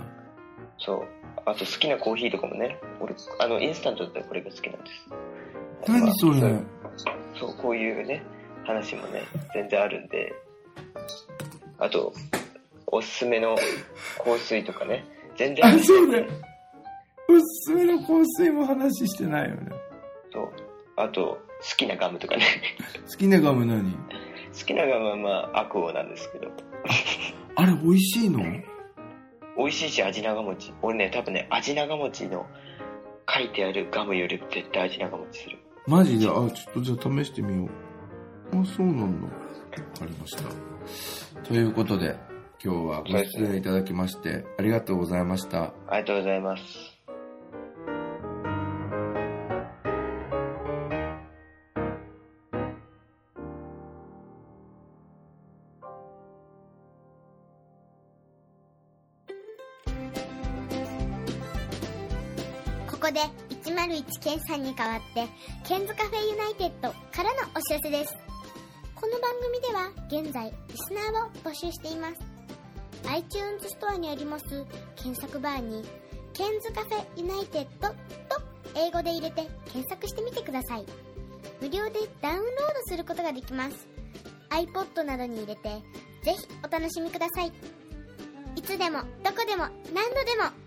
[SPEAKER 2] そう。あと好きなコーヒーとかもね、俺、あの、インスタントだったらこれが好きなんです。
[SPEAKER 3] 何それ
[SPEAKER 2] そうそう、こういうね、話もね、全然あるんで、あと、おすすめの香水とかね、全然
[SPEAKER 3] あ、そうだ。おすすめの香水も話してないよね。
[SPEAKER 2] そう。あと、好きなガムとかね。
[SPEAKER 3] 好きなガム何
[SPEAKER 2] 好きなガムはまあ、アクオなんですけど、
[SPEAKER 3] あれ、美味しいの
[SPEAKER 2] 美味しいし、味長持ち。俺ね、多分ね、味長持ちの書いてあるガムより絶対味長持ちする。
[SPEAKER 3] マジであ、ちょっとじゃあ試してみよう。あ、そうなんだ。わかりました。ということで、今日はご出演いただきまして、ありがとうございました。
[SPEAKER 2] ありがとうございます。
[SPEAKER 1] ここで101ケンさんに代わって、ケンズカフェユナイテッドからのお知らせです。この番組では現在、リスナーを募集しています。iTunes ストアにあります検索バーに、ケンズカフェユナイテッドと英語で入れて検索してみてください。無料でダウンロードすることができます。iPod などに入れて、ぜひお楽しみください。いつでも、どこでも、何度でも、